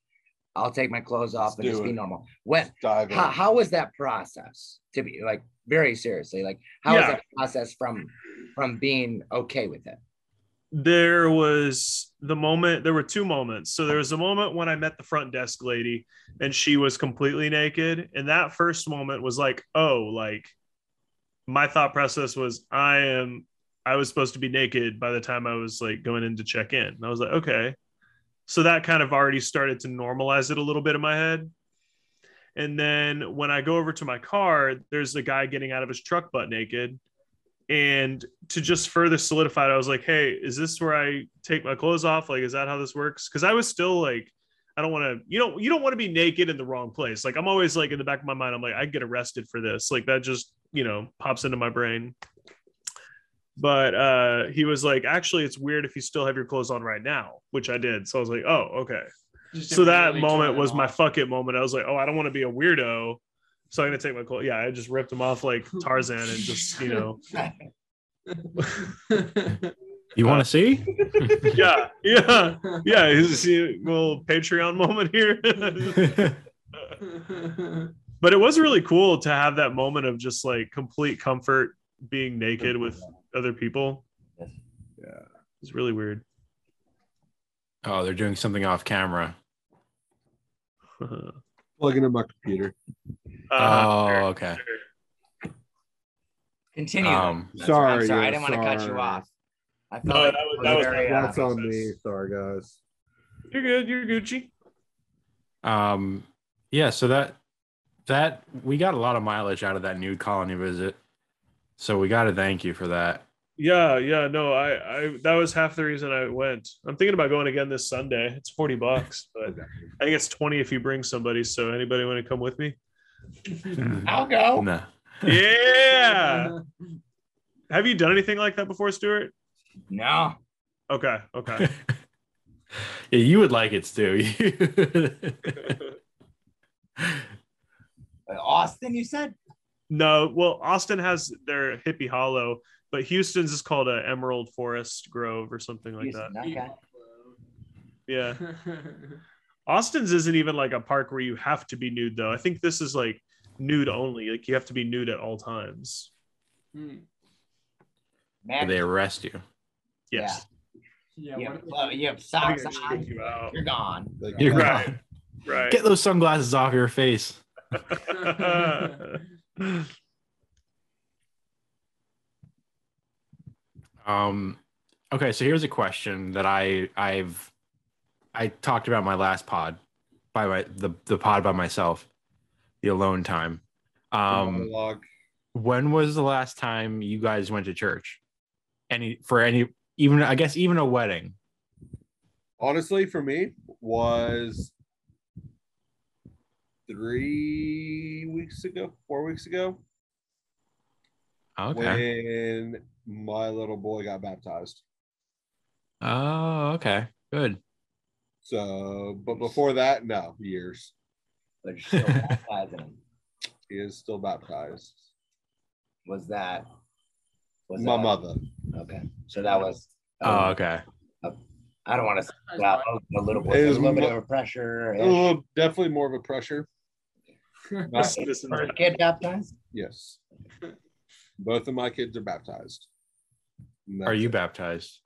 E: I'll take my clothes off
F: Let's
E: and just
F: do
E: be
F: it.
E: normal. When
F: Dive in.
E: how, how was that process to be like very seriously like how was
D: Yeah.
E: that process from from being okay with it
D: there was the moment there were two moments so there was a moment when i met the front desk lady and she was completely naked and that first moment was like oh like my thought process was i am i was supposed to be naked by the time i was like going in to check in and i was like okay so that kind of already started to normalize it a little bit in my head and then when i go over to my car there's a guy getting out of his truck butt naked and to just further solidify it, I was like, hey, is this where I take my clothes off? Like, is that how this works? Because I was still like, I I don't want to. You don't. You don't want to be naked in the wrong place. Like I'm always like in the back of my mind. I'm like I get arrested for this. Like that just you know pops into my brain. But uh, he was like, actually, it's weird if you still have your clothes on right now, which I did. So I was like, oh, okay.
B: Just
D: So that
B: immediately
D: moment
B: turn it
D: was my
B: off.
D: fuck it moment. I was like, oh, I don't want to be a weirdo, so I'm gonna take my clothes. Yeah, I just ripped them off like Tarzan and just you know,
A: You
C: Uh,
A: want to see?
D: yeah, yeah, yeah. Is this a little Patreon moment here? but it was really cool to have that moment of just like complete comfort being naked with other people.
E: Yes.
F: Yeah.
D: It's really weird.
C: Oh, they're doing something off camera.
D: Uh,
F: Plugging in my computer.
C: Oh, okay.
E: Continue.
C: Um,
E: That's-
F: sorry,
E: I'm sorry. I
F: yeah,
E: didn't want to cut you
F: sorry.
E: off. I felt
D: No,
E: like
D: that was-
E: I
D: that was-
E: very
F: That's
E: off.
F: on me. Sorry, guys.
D: you're good. You're Gucci.
C: um, yeah. So that that we got a lot of mileage out of that new colony visit. So we got to thank you for that.
D: Yeah, yeah. No, I, I, that was half the reason I went. I'm thinking about going again this Sunday. It's 40 bucks, but I think it's 20 if you bring somebody. So anybody want to come with me?
H: I'll go.
C: No.
D: Yeah. Have you done anything like that before, Stuart?
E: uh, No.
D: Okay. Okay.
C: Yeah, you would like it, Stu.
E: Austin, you said?
D: no. Well, Austin has their hippie hollow, but Houston's is called a Emerald Forest Grove or something like that.
E: Houston, okay.
D: Yeah. Austin's isn't even like a park where you have to be nude though. I think this is like nude only. Like you have to be nude at all times.
B: Hmm.
E: Man,
C: they arrest you.
D: Yes.
B: yeah,
E: you,
B: what
E: have,
B: if-
E: clo- you have
D: I
E: socks
D: think I
E: on.
D: checked you out.
E: You're gone.
F: Like,
C: You're
F: uh,
D: Right. Right.
C: Get those sunglasses off your face. Um, okay, so here's a question that I I've I talked about my last pod by my the the pod by myself, the alone time. Um,
F: monologue.
C: when was the last time you guys went to church? Any for any even I guess even a wedding.
F: honestly for me was three weeks ago, four weeks ago,
C: Okay.
F: when my little boy got baptized.
C: Oh, okay. Good.
F: So, but before that, no, years.
E: But you're still baptizing him.
F: He is still baptized.
E: Was that? Was uh,
F: my
E: that-
F: mother.
E: Okay. So that was. um,
C: Oh,
D: Uh,
C: okay.
E: I don't want to. Well, a little boy.
F: It
E: A
F: was
E: little bit
F: mo-
E: of pressure.
F: A little, Oh, definitely more of a pressure. Not-
D: This-
E: For a kid baptized?
F: yes. Both of my kids are baptized. And
C: Are
F: that's
C: you
F: it.
C: baptized?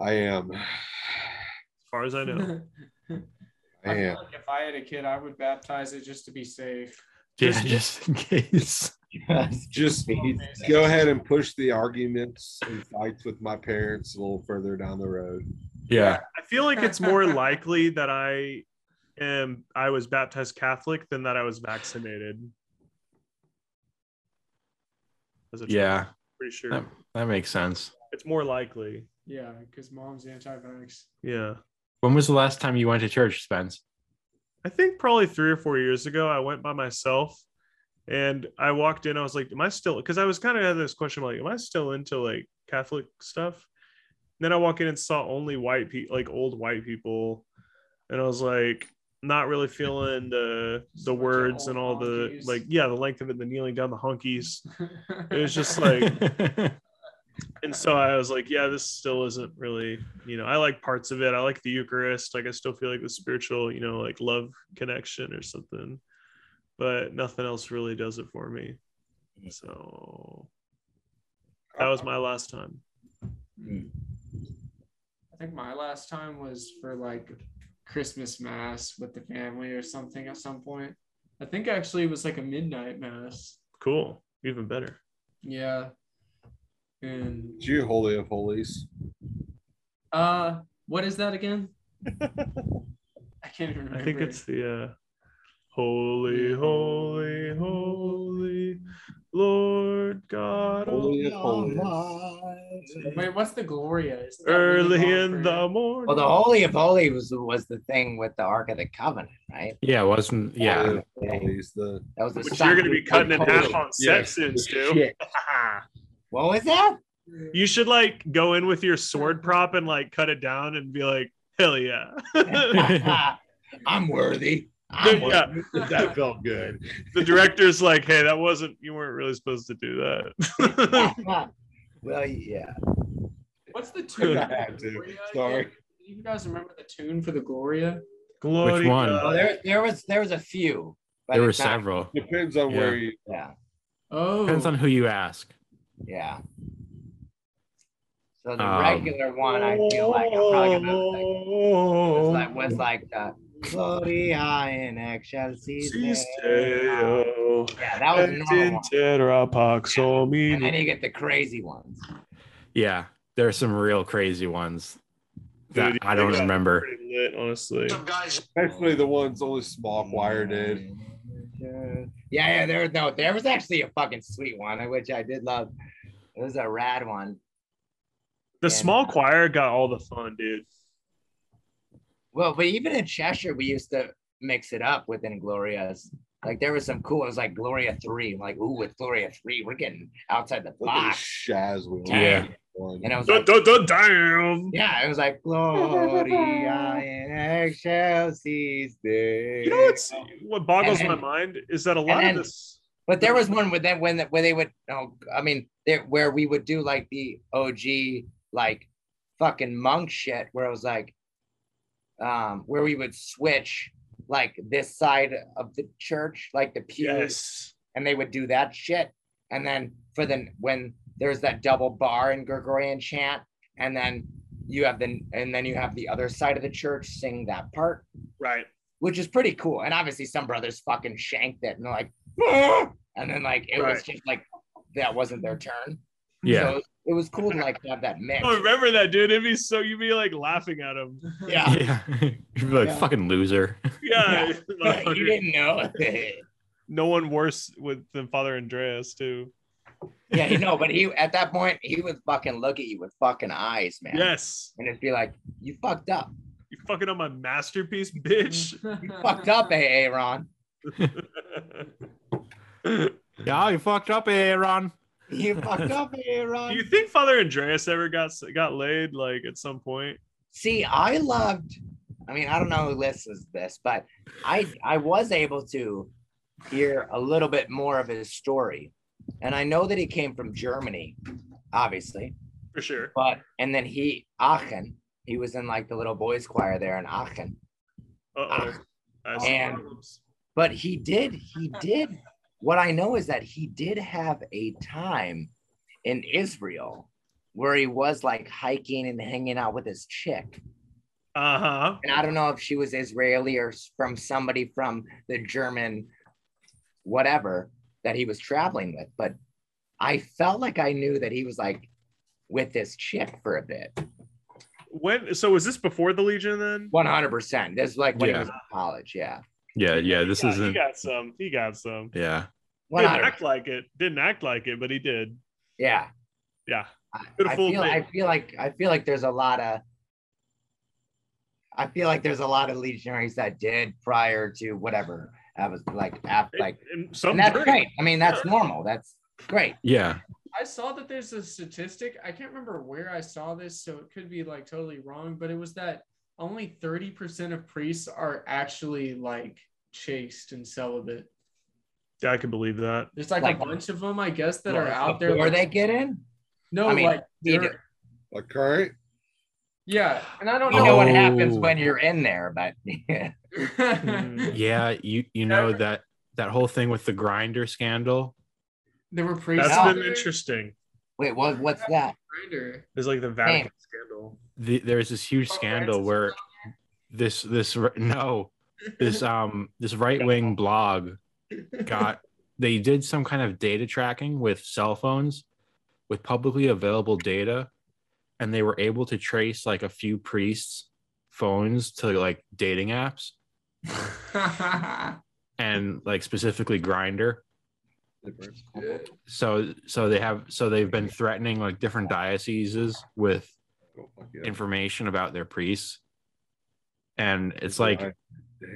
F: I am.
D: as far as I know.
F: I
B: I feel
F: am.
B: like if I had a kid, I would baptize it just to be safe.
C: Yeah, just in case.
F: Just go ahead and push the arguments and fights with my parents a little further down the road.
C: Yeah.
D: I feel like it's more likely that I am I was baptized Catholic than that I was vaccinated. As a child,
C: Yeah.
D: pretty sure
C: That, that makes sense.
D: it's more likely.
B: Yeah, because mom's anti-vax.
D: Yeah.
C: When was the last time you went to church, Spence?
D: I think probably three or four years ago, I went by myself and I walked in. I was like, Am I still? Because I was kind of had this question like, Am I still into like Catholic stuff? And then I walk in and saw only white people, like old white people. And I was like, Not really feeling the
B: Just
D: the
B: a bunch of
D: words and all
B: old
D: the
B: honkies.
D: like, yeah, the length of it, the kneeling down, the hunkies. It was just like, and so I was like, Yeah, this still isn't really, you know, I like parts of it. I like the Eucharist. Like, I still feel like the spiritual, you know, like love connection or something but nothing else really does it for me. So that was my last time.
B: I think my last time was for like Christmas mass with the family or something at some point. I think actually it was like a midnight mass.
D: Cool. Even better.
B: Yeah. And
F: It's you, Holy of Holies.
B: uh what is that again? I can't even remember.
D: I think it's the uh, holy, holy, holy, Lord God,
F: Holy of holies.
D: Almighty.
B: Wait, what's the Gloria? Isn't that really
D: early
B: long
D: in
B: prayer?
D: the morning.
E: Well, Oh, the Holy of Holies was, was the thing with the Ark of the Covenant, right?
C: Yeah, it wasn't. Yeah.
F: Holy of holies, the
E: That was the
D: Which you're going to be cutting in half on
C: Yeah.
D: sex sins, too.
E: Shit. What was that?
D: you should like go in with your sword prop and like cut it down and be like, hell yeah.
E: Ah, I'm worthy. I'm worthy.
D: yeah.
H: that felt good.
D: The director's like, hey, that wasn't, you weren't really supposed to do that.
E: well, yeah.
B: What's the tune?
F: I had to.
B: Gloria?
F: Sorry.
B: Do you guys remember the tune for the Gloria?
D: Glory
C: Which one?
E: Well,
D: God.
E: Oh, there, there was there was a few. but
C: There were
E: it's not-
C: several.
F: depends on
C: Yeah.
F: where you.
E: Yeah,
B: Oh,
C: Depends on who you ask.
E: yeah. So the
C: Um,
E: regular one, I feel like I'm probably gonna like, was like was like uh, the Gloria in excelsis.
D: Sisteo,
E: Yeah, that was the normal one.
D: et cetera, pax
E: And then
D: homini.
E: you get the crazy ones.
C: Yeah, there are some real crazy ones that
D: Dude,
C: I don't
D: yeah.
C: remember.
D: Pretty lit, honestly.
F: Especially the ones only small choir did.
E: Yeah, yeah, there was no, there was actually a fucking sweet one, which I did love. It was a rad one.
D: The small choir got all the fun, dude.
E: Well, but even in Cheshire, we used to mix it up within Gloria's. Like there was some cool. It was like Gloria three. I'm like, ooh, with Gloria three, we're getting outside the
F: Look at the
E: box.
F: Shaz we were
C: Yeah.
F: on.
E: And I was
D: Duh,
E: like,
D: duh, duh, damn.
E: yeah, it was like Gloria in excelsis Deo.
D: You know what's what boggles
E: And
D: my
E: then-
D: mind is that a lot
E: then-
D: of this.
E: But there was one with them when where they would, no, I mean, there where we would do like the OG like fucking monk shit, where it was like, um, where we would switch like this side of the church, like the pews,
D: Yes.
E: and they would do that shit. And then for the when there's that double bar in Gregorian chant, and then you have the and then you have the other side of the church sing that part
D: Right.
E: which is pretty cool. And obviously, some brothers fucking shanked it and they're like, "Ah!" and then like it was
D: Right.
E: just like that wasn't their turn.
C: Yeah.
E: So it was cool to like have that mix.
D: I Oh, remember that, dude. It'd be so you'd be like laughing at him.
E: Yeah,
C: yeah. You'd be like,
E: Yeah.
C: fucking loser.
D: Yeah.
E: you didn't know.
D: no one worse with than Father Andreas too.
E: yeah, you know, but he at that point he would fucking look at you with fucking eyes, man.
D: Yes.
E: And it'd be like, you fucked up.
D: You fucking on my masterpiece, bitch.
E: You fucked up, hey, Aaron. Mm-hmm.
D: Do
C: Yeah, you fucked up, Aaron.
E: You fucked up, Aaron.
D: you think Father Andreas ever got got laid like at some point?
E: See, I loved. I mean, I don't know who listens to this, but I I was able to hear a little bit more of his story, and I know that he came from Germany, obviously.
D: For sure.
E: But and then he Aachen, he was in like the little boys choir there in Aachen. Ah,
D: Uh oh.
E: And- But he did, he did. What I know is that he did have a time in Israel where he was like hiking and hanging out with his chick.
D: Uh huh.
E: and I don't know if she was Israeli or s- from somebody from the German, whatever that he was traveling with. But I felt like I knew that he was like with this chick for a bit,
D: When? So was this before the Legion then?
E: one hundred percent. This is like when
C: Yeah.
E: he was in college, yeah,
C: Yeah, yeah. This
D: Yeah, he
C: isn't.
D: got some. He got some.
C: Yeah.
E: one
D: Didn't
E: hundred,
D: act like it. Didn't act like it, but he did.
E: yeah.
D: Yeah.
E: I-
D: Could
E: I
D: have fooled
E: feel,
D: me.
E: I feel like I feel like there's a lot of. I feel like there's a lot of legionaries that did prior to whatever. I was like, after, like,
D: and some
E: and that's
D: during.
E: great. I mean, that's normal. That's great.
C: Yeah.
B: I saw that there's a statistic. I can't remember where I saw this, so it could be like totally wrong, but it was that only 30% of priests are actually like chaste and celibate.
D: Yeah, I can believe that.
B: There's like,
E: Like-
B: a bunch of them, I guess, that are
E: Like,
B: out there.
E: Before
B: like-
E: they get in,
B: no,
E: I mean,
B: like,
E: need
B: they're-
E: it.
F: Like current?
B: yeah. And I don't
E: you know
B: know.
E: what happens
C: Oh.
E: when you're in there, but yeah,
D: Hmm.
C: Yeah. You you know that that whole thing with the grinder scandal.
B: there were priests.
D: That's
E: No.
D: been interesting.
E: wait, what, what's that?
B: Grinder.
D: It's like the Vatican scandal.
C: The, there's this huge
B: Oh,
C: scandal
B: Francis
C: where this this r- no this um this right wing blog got they did some kind of data tracking with cell phones with publicly available data and they were able to trace like a few priests phones to like dating apps and like specifically grinder
F: Difference.
C: so so they have so they've been threatening like different dioceses with
F: Go Oh, fuck yeah.
C: information about their priests and it's like
F: Damn.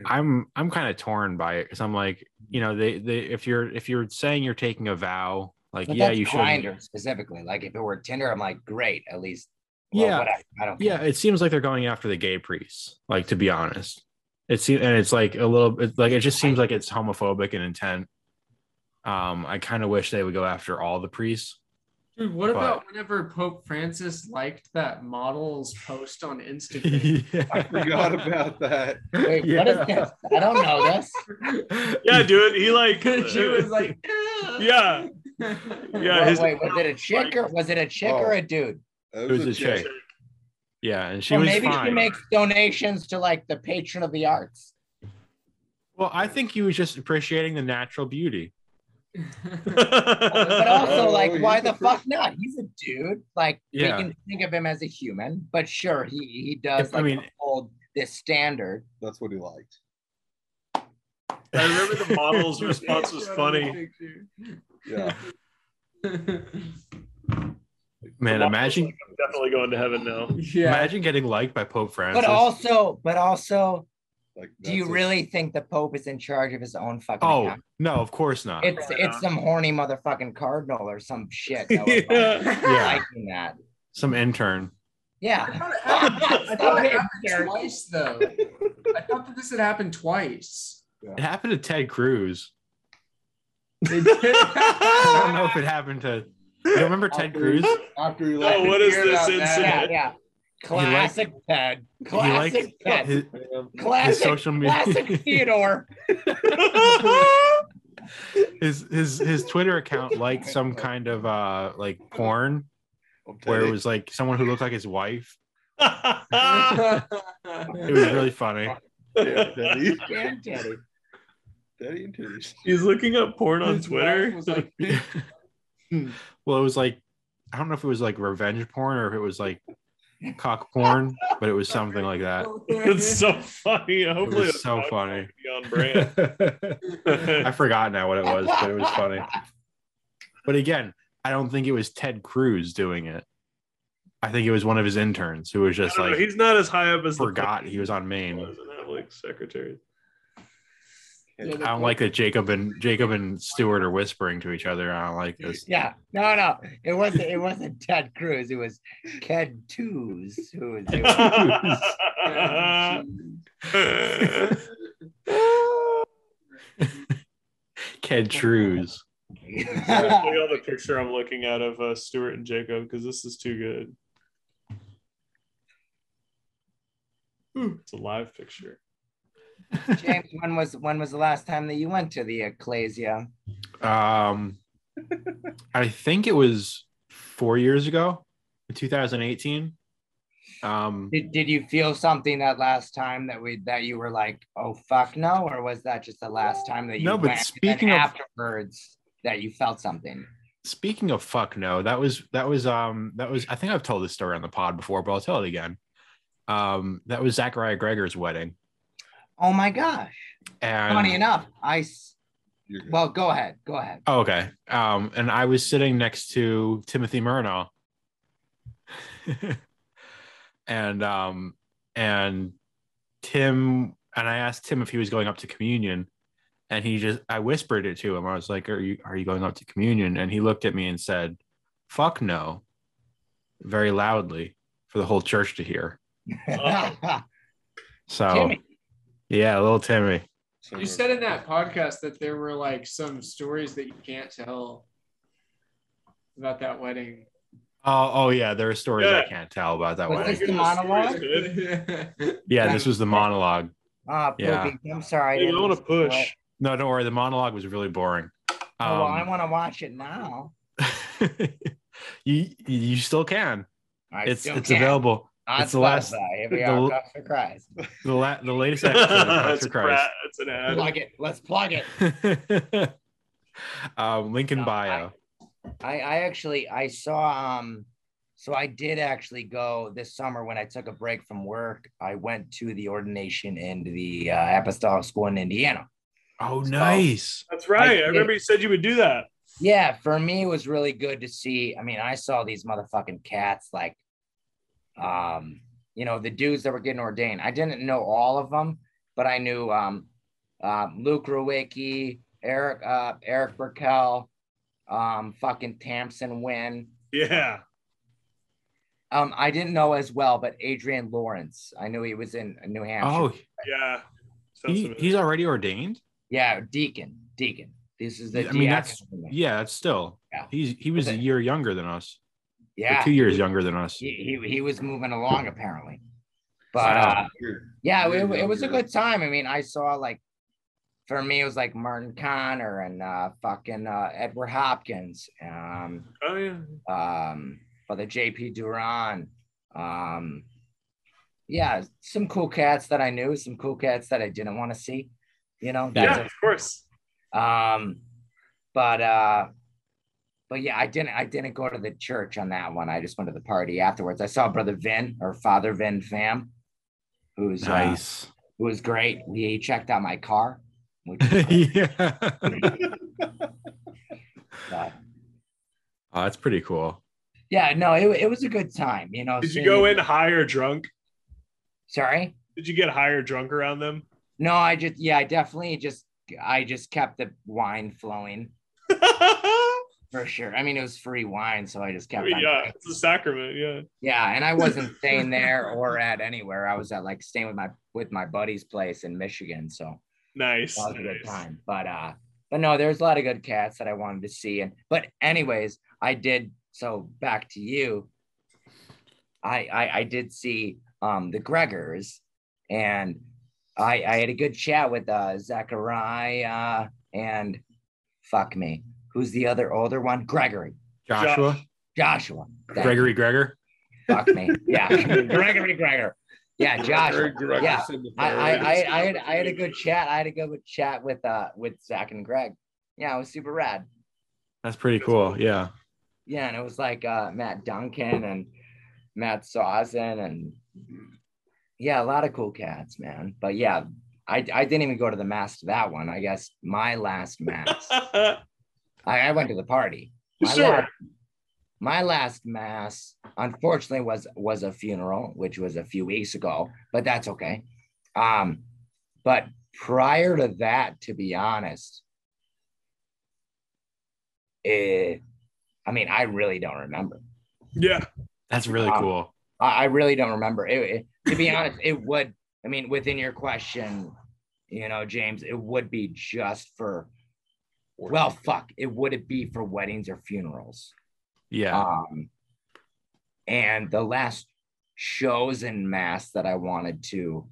C: i'm i'm kind of torn by it because i'm like you know they they if you're if you're saying you're taking a vow like
E: But
C: yeah
E: that's
C: you should
E: Grindr specifically. Like if it were Tinder, I'm like, great, at least.
C: Yeah.
E: whatever, I don't.
C: yeah
E: care.
C: it seems like they're going after the gay priests like to be honest it seems and it's like a little it's like it just seems like it's homophobic in intent um i kind of wish they would go after all the priests
B: Dude, what
C: But-
B: about whenever Pope Francis liked that model's post on Instagram?
F: I forgot about that.
E: Wait,
C: yeah.
E: what is this? I don't know this.
D: Yeah, dude. He like
B: she was like, "Ah."
D: yeah. Yeah,
E: Wait,
D: his-
E: wait, was it a chick or was it a chick
F: Oh.
E: or a dude?
F: That
C: It was a chick. Yeah, and she
E: well,
C: was
E: maybe
C: fine.
E: she makes donations to like the patron of the arts.
C: well, I think he was just appreciating the natural beauty.
E: But also,
F: Oh,
E: like,
F: he's
E: why
F: a
E: the
F: pr-
E: fuck not? He's a dude. Like,
C: Yeah.
E: we can think of him as a human, but sure, he he does.
C: If- I
E: like,
C: mean-
E: uphold this standard.
F: That's what he liked.
D: I remember the model's response was funny.
F: Yeah.
C: Man, imagine
D: Definitely going to heaven now.
B: yeah.
C: imagine getting liked by Pope Francis.
E: But also, but also,
F: Like,
E: do you
F: that's it.
E: really think the Pope is in charge of his own fucking?
C: oh
E: account?
C: no, of course not.
E: it's it's some horny motherfucking cardinal or some shit. That was like,
D: Yeah.
C: yeah,
E: liking that.
C: some intern.
E: Yeah.
B: I thought it happened twice, though. I thought that this had happened twice.
C: It happened to Ted Cruz.
B: They did.
C: I don't know if it happened to. You remember Ted Cruz?
F: After he
D: Oh, what is
B: Hear
D: this
B: about that.
E: yeah,
D: incident?
E: yeah. Classic Ted.
C: He liked
E: Classic Ted.
C: his, his
E: classic,
C: social
E: classic
C: media.
E: Theodore.
C: His his his Twitter account liked some kind of uh like porn where it was like someone who looked like his wife. It was really funny.
F: Yeah, Daddy,
E: Damn, Teddy.
F: daddy and titties.
D: He's looking up porn on
B: His wife
D: Twitter.
B: was like,
C: well, it was like I don't know if it was like revenge porn or if it was like cock porn, but it was something like that.
B: "Oh."
D: It's so funny. Hopefully,
C: was so
D: that's
C: funny.
D: on brand.
C: I forgot now what it was, but it was funny. But again, I don't think it was Ted Cruz doing it. I think it was one of his interns who was
D: I
C: just
D: don't know,
C: like
D: he's not as high up as the
C: forgot
D: fucking-
C: he was on Maine.
D: wasn't that like secretary?
B: Yeah,
C: I don't like that Jacob and Jacob and Stewart are whispering to each other. I don't like this.
E: Yeah. No, no. It wasn't it wasn't Ted Cruz. It was Ted Twos who was doing it.
C: Ted Cruz.
D: Show y'all the picture I'm looking at of uh, Stuart and Jacob because this is too good. Ooh, It's a live picture.
E: James, when was when was the last time that you went to the ecclesia?
C: Um, I think it was four years ago, 2018. Um,
E: Did, did you feel something that last time that we that you were like, oh fuck no, or was that just the last time that you
C: No, but
E: went and then
C: speaking of-
E: afterwards that you felt something?
C: speaking of fuck no, that was that was um that was I think I've told this story on the pod before, but I'll tell it again. Um, that was Zachariah Gregor's wedding,
E: Oh my gosh!
C: and
E: Funny enough, I s-
F: You're good.
E: well, go ahead, go ahead.
C: Oh, okay. Um, and I was sitting next to Timothy Murnau. and um and Tim and I asked Tim if he was going up to communion and he just I whispered it to him. I was like, Are you are you going up to communion? And he looked at me and said, Fuck no, very loudly for the whole church to hear.
E: Uh,
C: So
E: Timmy.
C: yeah, little Timmy.
F: So-
B: You said in that podcast that there were like some stories that you can't tell about that wedding.
C: Oh, oh yeah, there are stories I
D: Yeah.
C: can't tell about
D: Oh
C: that
E: Was
C: one.
E: this the monologue?
C: Yeah, this was the monologue.
E: Ah,
C: Yeah.
E: poopy. I'm sorry.
D: Hey, I
E: didn't
D: want to
E: listen to
D: push.
E: it.
C: No, don't worry. The monologue was really boring.
E: Oh, well, I
C: Um,
E: want to watch it now.
A: Um,
C: you you still can.
E: I
C: it's
E: still
C: it's
E: can't.
C: available.
E: On
C: it's the last-
E: Spotify, If we
C: the
E: are
C: l-
E: Cops for Christ.
C: The la- the latest episode of Dr.
D: That's a brat. That's an ad.
E: Plug it. Let's plug it.
C: Christ. um, link in
E: No,
C: bio.
E: I, I actually I saw um so I did actually go this summer when I took a break from work. I went to the ordination in the uh, apostolic school in Indiana.
C: Oh,
E: So-
C: nice.
D: That's right. I
E: I-
D: remember you said you would do that.
E: yeah, for me, it was really good to see. I mean, I saw these motherfucking cats like, um, you know, the dudes that were getting ordained. I didn't know all of them, but I knew um, um, Luke Rowicki, Eric, uh, Eric Burkell, um, fucking Tamsin Wynn.
D: Yeah.
E: Um, I didn't know as well, but Adrian Lawrence. I knew he was in uh, New Hampshire.
A: Oh,
D: Yeah. Sounds
A: he,
D: familiar.
A: he's already ordained.
E: yeah, Deacon, Deacon. This is the.
A: I mean,
E: diaconal
A: that's
E: one.
A: yeah. That's still
E: Yeah.
A: he's he was a
E: Okay.
A: year younger than us. or
E: yeah.
A: two years younger than us.
E: he, he, he was moving along apparently. But
A: Wow.
E: uh, yeah, it,
F: Really
E: it was a
F: younger.
E: good time. I mean, I saw like for me, it was like Martin Connor and uh, fucking uh, Edward Hopkins, um,
D: Oh yeah.
E: um, Brother JP Duran. Um, yeah, some cool cats that I knew, some cool cats that I didn't want to see, you know, that's
D: yeah, of course.
E: um, but uh, but yeah, I didn't I didn't go to the church on that one. I just went to the party afterwards. I saw Brother Vin or Father Vin Pham, who's uh,
A: Nice.
E: who was great. He checked out my car, which
A: yeah.
E: uh,
A: Oh, that's pretty cool.
E: yeah, no, it, it was a good time. You know,
D: Did you
E: seeing-
D: go in high or drunk?
E: Sorry,
D: Did you get high or drunk around them?
E: no, I just yeah, I definitely just I just kept the wine flowing for sure. I mean, it was free wine, so I just kept. on
D: yeah, it's a sacrament. Yeah.
E: Yeah, and I wasn't staying there or at anywhere. I was at like staying with my with my buddy's place in Michigan, so
D: Nice.
E: that was a good
D: nice.
E: time. But uh, but no, there's a lot of good cats that I wanted to see. And but anyways, I did. So back to you. I I, I did see um the Gregors, and I I had a good chat with uh Zachariah and fuck me, who's the other older one? Gregory,
A: Joshua,
E: Joshua, Thank you.
A: Gregory Gregor.
E: Fuck me. Yeah. Gregory Gregor. Yeah, Josh. Yeah. I, I, I, I, had, I had a good chat. I had a good chat with uh with Zach and Greg. Yeah, it was super rad.
A: That's pretty cool. Yeah.
E: Yeah, and it was like uh Matt Duncan and Matt Sawson and yeah, a lot of cool cats, man. But yeah, I, I didn't even go to the mass to that one. I guess my last mass. I, I went to the party. My
D: Sure.
E: Last, my last mass, unfortunately, was was a funeral, which was a few weeks ago, but that's okay. Um, but prior to that, to be honest, it, I mean, I really don't remember.
D: yeah.
A: That's really
E: Wow.
A: cool.
E: I, I really don't remember. It, it, to be honest, it would. I mean, within your question, you know, James, it would be just for. Well, fuck. It would it be for weddings or funerals?
A: Yeah.
E: Um, and the last shows in mass that I wanted to,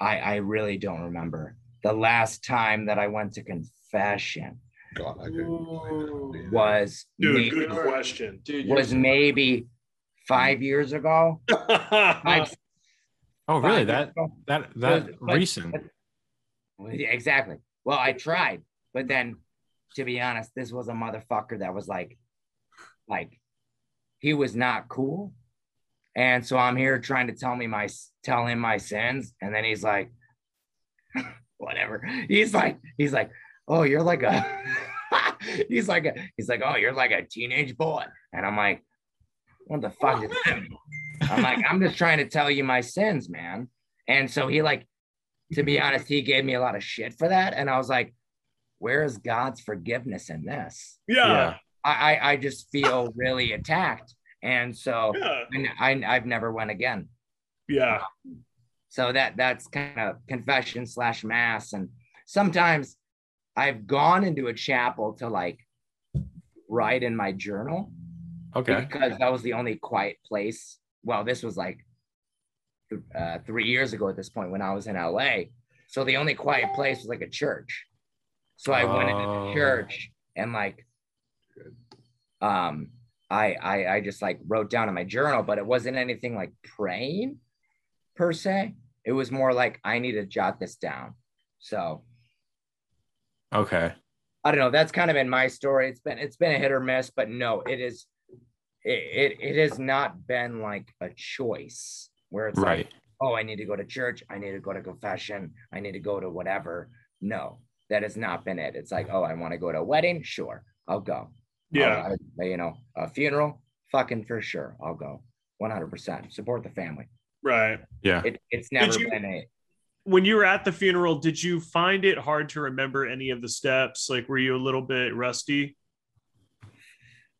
E: I I really don't remember. The last time that I went to confession
F: God, I couldn't believe that.
E: was
D: Dude,
E: maybe,
D: good question.
B: Dude,
E: was
B: you're-
E: maybe five years ago. Five,
A: oh, really?
E: five years
A: That
E: ago.
A: that that
E: but-
A: recent.
E: Well, yeah, Exactly. Well, I tried, but then to be honest, this was a motherfucker that was like, like, he was not cool. And so I'm here trying to tell me my tell him my sins. And then he's like, whatever. He's like, he's like, oh, you're like a he's like a he's like, oh, you're like a teenage boy. And I'm like, what the fuck is that? mean?" I'm like, I'm just trying to tell you my sins, man. And so he like to be honest, he gave me a lot of shit for that. And I was like, where is God's forgiveness in this?
D: yeah.
E: I, I, I just feel really attacked. And so
D: Yeah.
E: and I, I've never went again.
D: Yeah.
E: So that that's kind of confession slash mass. And sometimes I've gone into a chapel to like write in my journal
A: Okay.
E: because that was the only quiet place. Well, this was like th- uh, three years ago at this point when I was in LA. So the only quiet place was like a church. So I went into
A: Oh.
E: the church and like, um, I, I I just like wrote down in my journal, but it wasn't anything like praying per se. It was more like I need to jot this down. So
A: Okay.
E: I don't know. That's kind of been my story. It's been it's been a hit or miss, but no, it is it it, it has not been like a choice where it's
A: Right.
E: like, oh, I need to go to church, I need to go to confession, I need to go to whatever. No, that has not been it. It's like, oh, I want to go to a wedding. Sure, I'll go.
G: Yeah.
E: I'll- I- you know, a funeral, fucking for sure. I'll go. 100% support the family.
D: Right.
A: Yeah.
E: It, it's never
D: you-
E: been a
D: When you were at the funeral, did you find it hard to remember any of the steps? Like, were you a little bit rusty?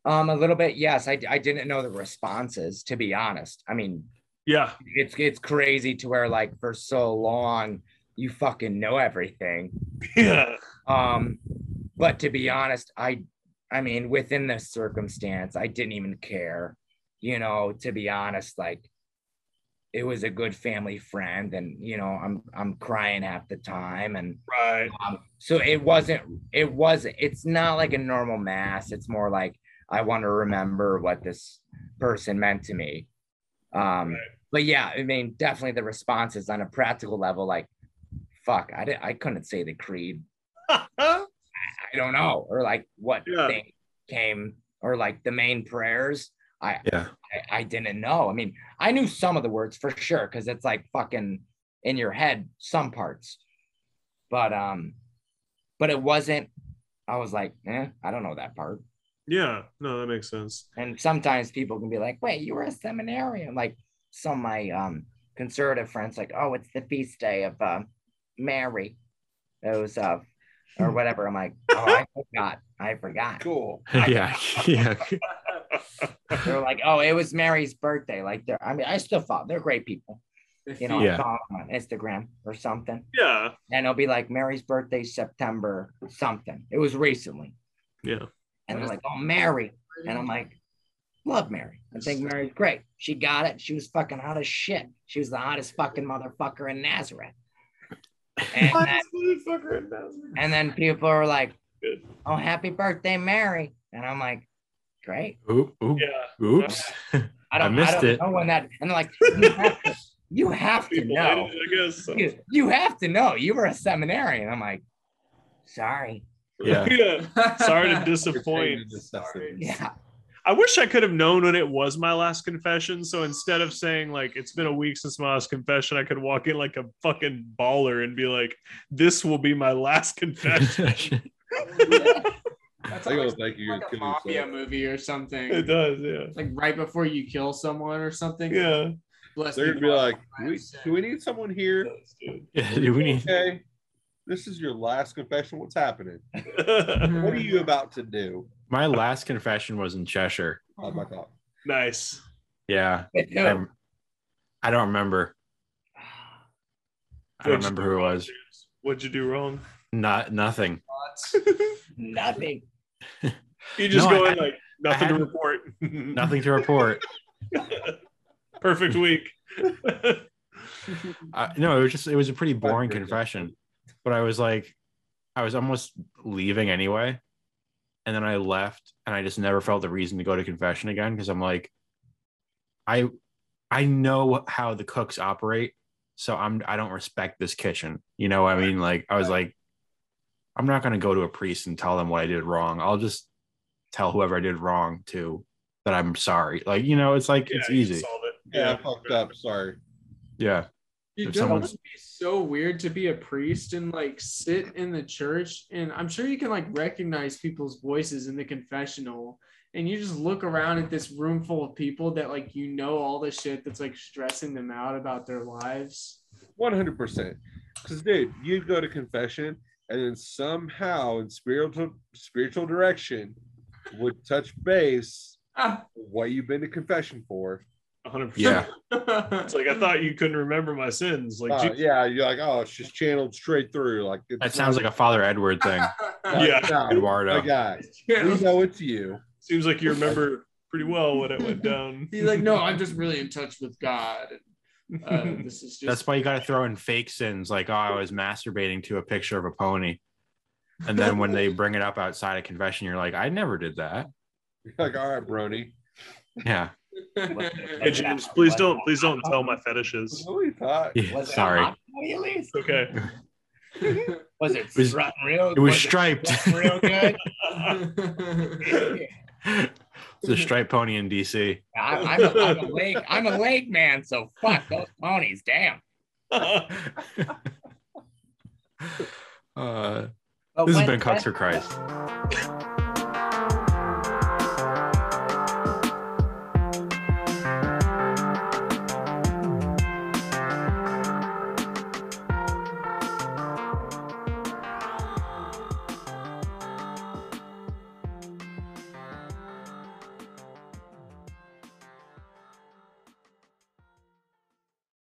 E: um a little bit. Yes, I, I didn't know the responses to be honest. I mean,
D: Yeah.
E: it's it's crazy to where like for so long you fucking know everything.
D: Yeah.
E: Um, but to be honest, I I mean, within the circumstance, I didn't even care. You know, to be honest, like it was a good family friend, and you know, I'm I'm crying half the time, and
D: Right.
E: um, so it wasn't it wasn't it's not like a normal mass. It's more like I want to remember what this person meant to me. Um,
D: Right.
E: but yeah, I mean, definitely the responses on a practical level, like, fuck, I did, I couldn't say the creed I don't know, or like what
D: Yeah.
E: thing came, or like the main prayers. I,
A: Yeah.
E: I I didn't know. I mean, I knew some of the words for sure because it's like fucking in your head some parts, but um, but it wasn't. I was like, eh, I don't know that part.
D: yeah. No, that makes sense.
E: And sometimes people can be like, wait, you were a seminarian. Like some of my um conservative friends, like, oh, it's the feast day of uh, Mary, those uh, or whatever. I'm like, oh, I forgot, I forgot.
F: Cool.
A: yeah. Yeah.
E: They're like, oh, it was Mary's birthday. Like, they're, I mean, I still thought they're great people. You know,
A: Yeah.
E: I saw them on Instagram or something.
D: Yeah.
E: And it'll be like, Mary's birthday, September something. It was recently.
D: Yeah.
E: And they're like, oh, Mary. And I'm like, love Mary. I think Mary's great. She got it. She was fucking hot as shit. She was the hottest fucking motherfucker in Nazareth. And then, and then people are like, oh, happy birthday, Mary. And I'm like, great.
A: Oop, oop,
D: Yeah.
A: oops.
E: I
A: I
E: don't, I
A: missed
E: don't
A: it.
E: know when that. And they're like, you have to, you have to know.
D: I guess. so.
E: You, you have to know. You were a seminarian. I'm like, sorry.
A: Yeah.
D: Sorry to disappoint.
E: Yeah.
D: I wish I could have known when it was my last confession. So instead of saying like it's been a week since my last confession, I could walk in like a fucking baller and be like, "This will be my last confession."
B: That's
F: They're
B: like,
F: gonna think you're
B: like a
F: gonna kill
B: mafia
F: yourself.
B: movie or
D: it
B: something.
D: does, yeah,
B: Like right before you kill someone or something.
D: yeah.
B: Bless
F: They're
B: me,
F: gonna be
B: Lord,
F: like,
B: for my
F: we,
B: sin.
F: do we need someone here?
A: Yeah, do we need?
F: Okay. This is your last confession. What's happening? What are you about to do?
C: My last confession was in Cheshire.
F: Oh my god.
D: nice.
A: Yeah. I'm- I don't remember. I don't
D: What'd you
A: remember
D: do
A: who it
D: wrong,
A: was.
D: James? What'd you do wrong?
A: Not nothing.
E: Nothing.
D: You just
A: No,
D: go
A: I-
D: in like nothing to
A: hadn't-
D: report.
A: Nothing to report.
D: Perfect week.
A: I, no, it was just it was a pretty boring
F: pretty good.
A: confession. But I was like, I was almost leaving anyway, and then I left, and I just never felt the reason to go to confession again because I'm like, I, I know how the cooks operate, so I'm I don't respect this kitchen. You know, what I mean, like I was like, I'm not gonna go to a priest and tell them what I did wrong. I'll just tell whoever I did wrong to that I'm sorry. Like you know, it's like it's
D: Yeah, you
A: easy.
D: solve it.
F: Yeah, I fucked up. Sorry.
A: Yeah,
B: Dude,
A: If
B: that
A: someone's-
B: must be so weird to be a priest and like sit in the church, and I'm sure you can like recognize people's voices in the confessional, and you just look around at this room full of people that like you know all the shit that's like stressing them out about their lives.
F: One hundred percent. Because dude, you'd go to confession, and then somehow in spiritual spiritual direction would touch base
B: Ah.
F: what you've been to confession for.
D: 100%.
A: yeah,
D: It's like I thought you couldn't remember my sins. Like,
F: Uh,
D: Jesus-
F: yeah, you're like, oh, it's just channeled straight through. Like it's
A: that sounds like a Father Edward thing.
F: not-
D: yeah.
F: not
A: Eduardo.
F: a guy. We know it's you.
D: seems like you remember pretty well when it went down.
B: He's like, no, I'm just really in touch with God. And, uh, this is just
A: That's why you got to throw in fake sins like, oh, I was masturbating to a picture of a pony. And then when they bring it up outside of confession, you're like, I never did that.
F: You're like, all right, Brony.
A: Yeah.
D: Hey, James, please don't, please don't tell my fetishes.
F: What we thought?
A: Yeah,
E: Was it
A: Sorry.
E: hot, at least?
D: It's okay.
E: Was it,
A: was-
E: strutting real?
A: It was
E: strutting
A: striped.
E: real good.
A: it's a striped pony in DC.
E: I'm, I'm, a, I'm a lake. I'm a lake man. So fuck those ponies. Damn.
A: Uh,
E: But
C: This has been
E: when-
C: Cucks for Christ.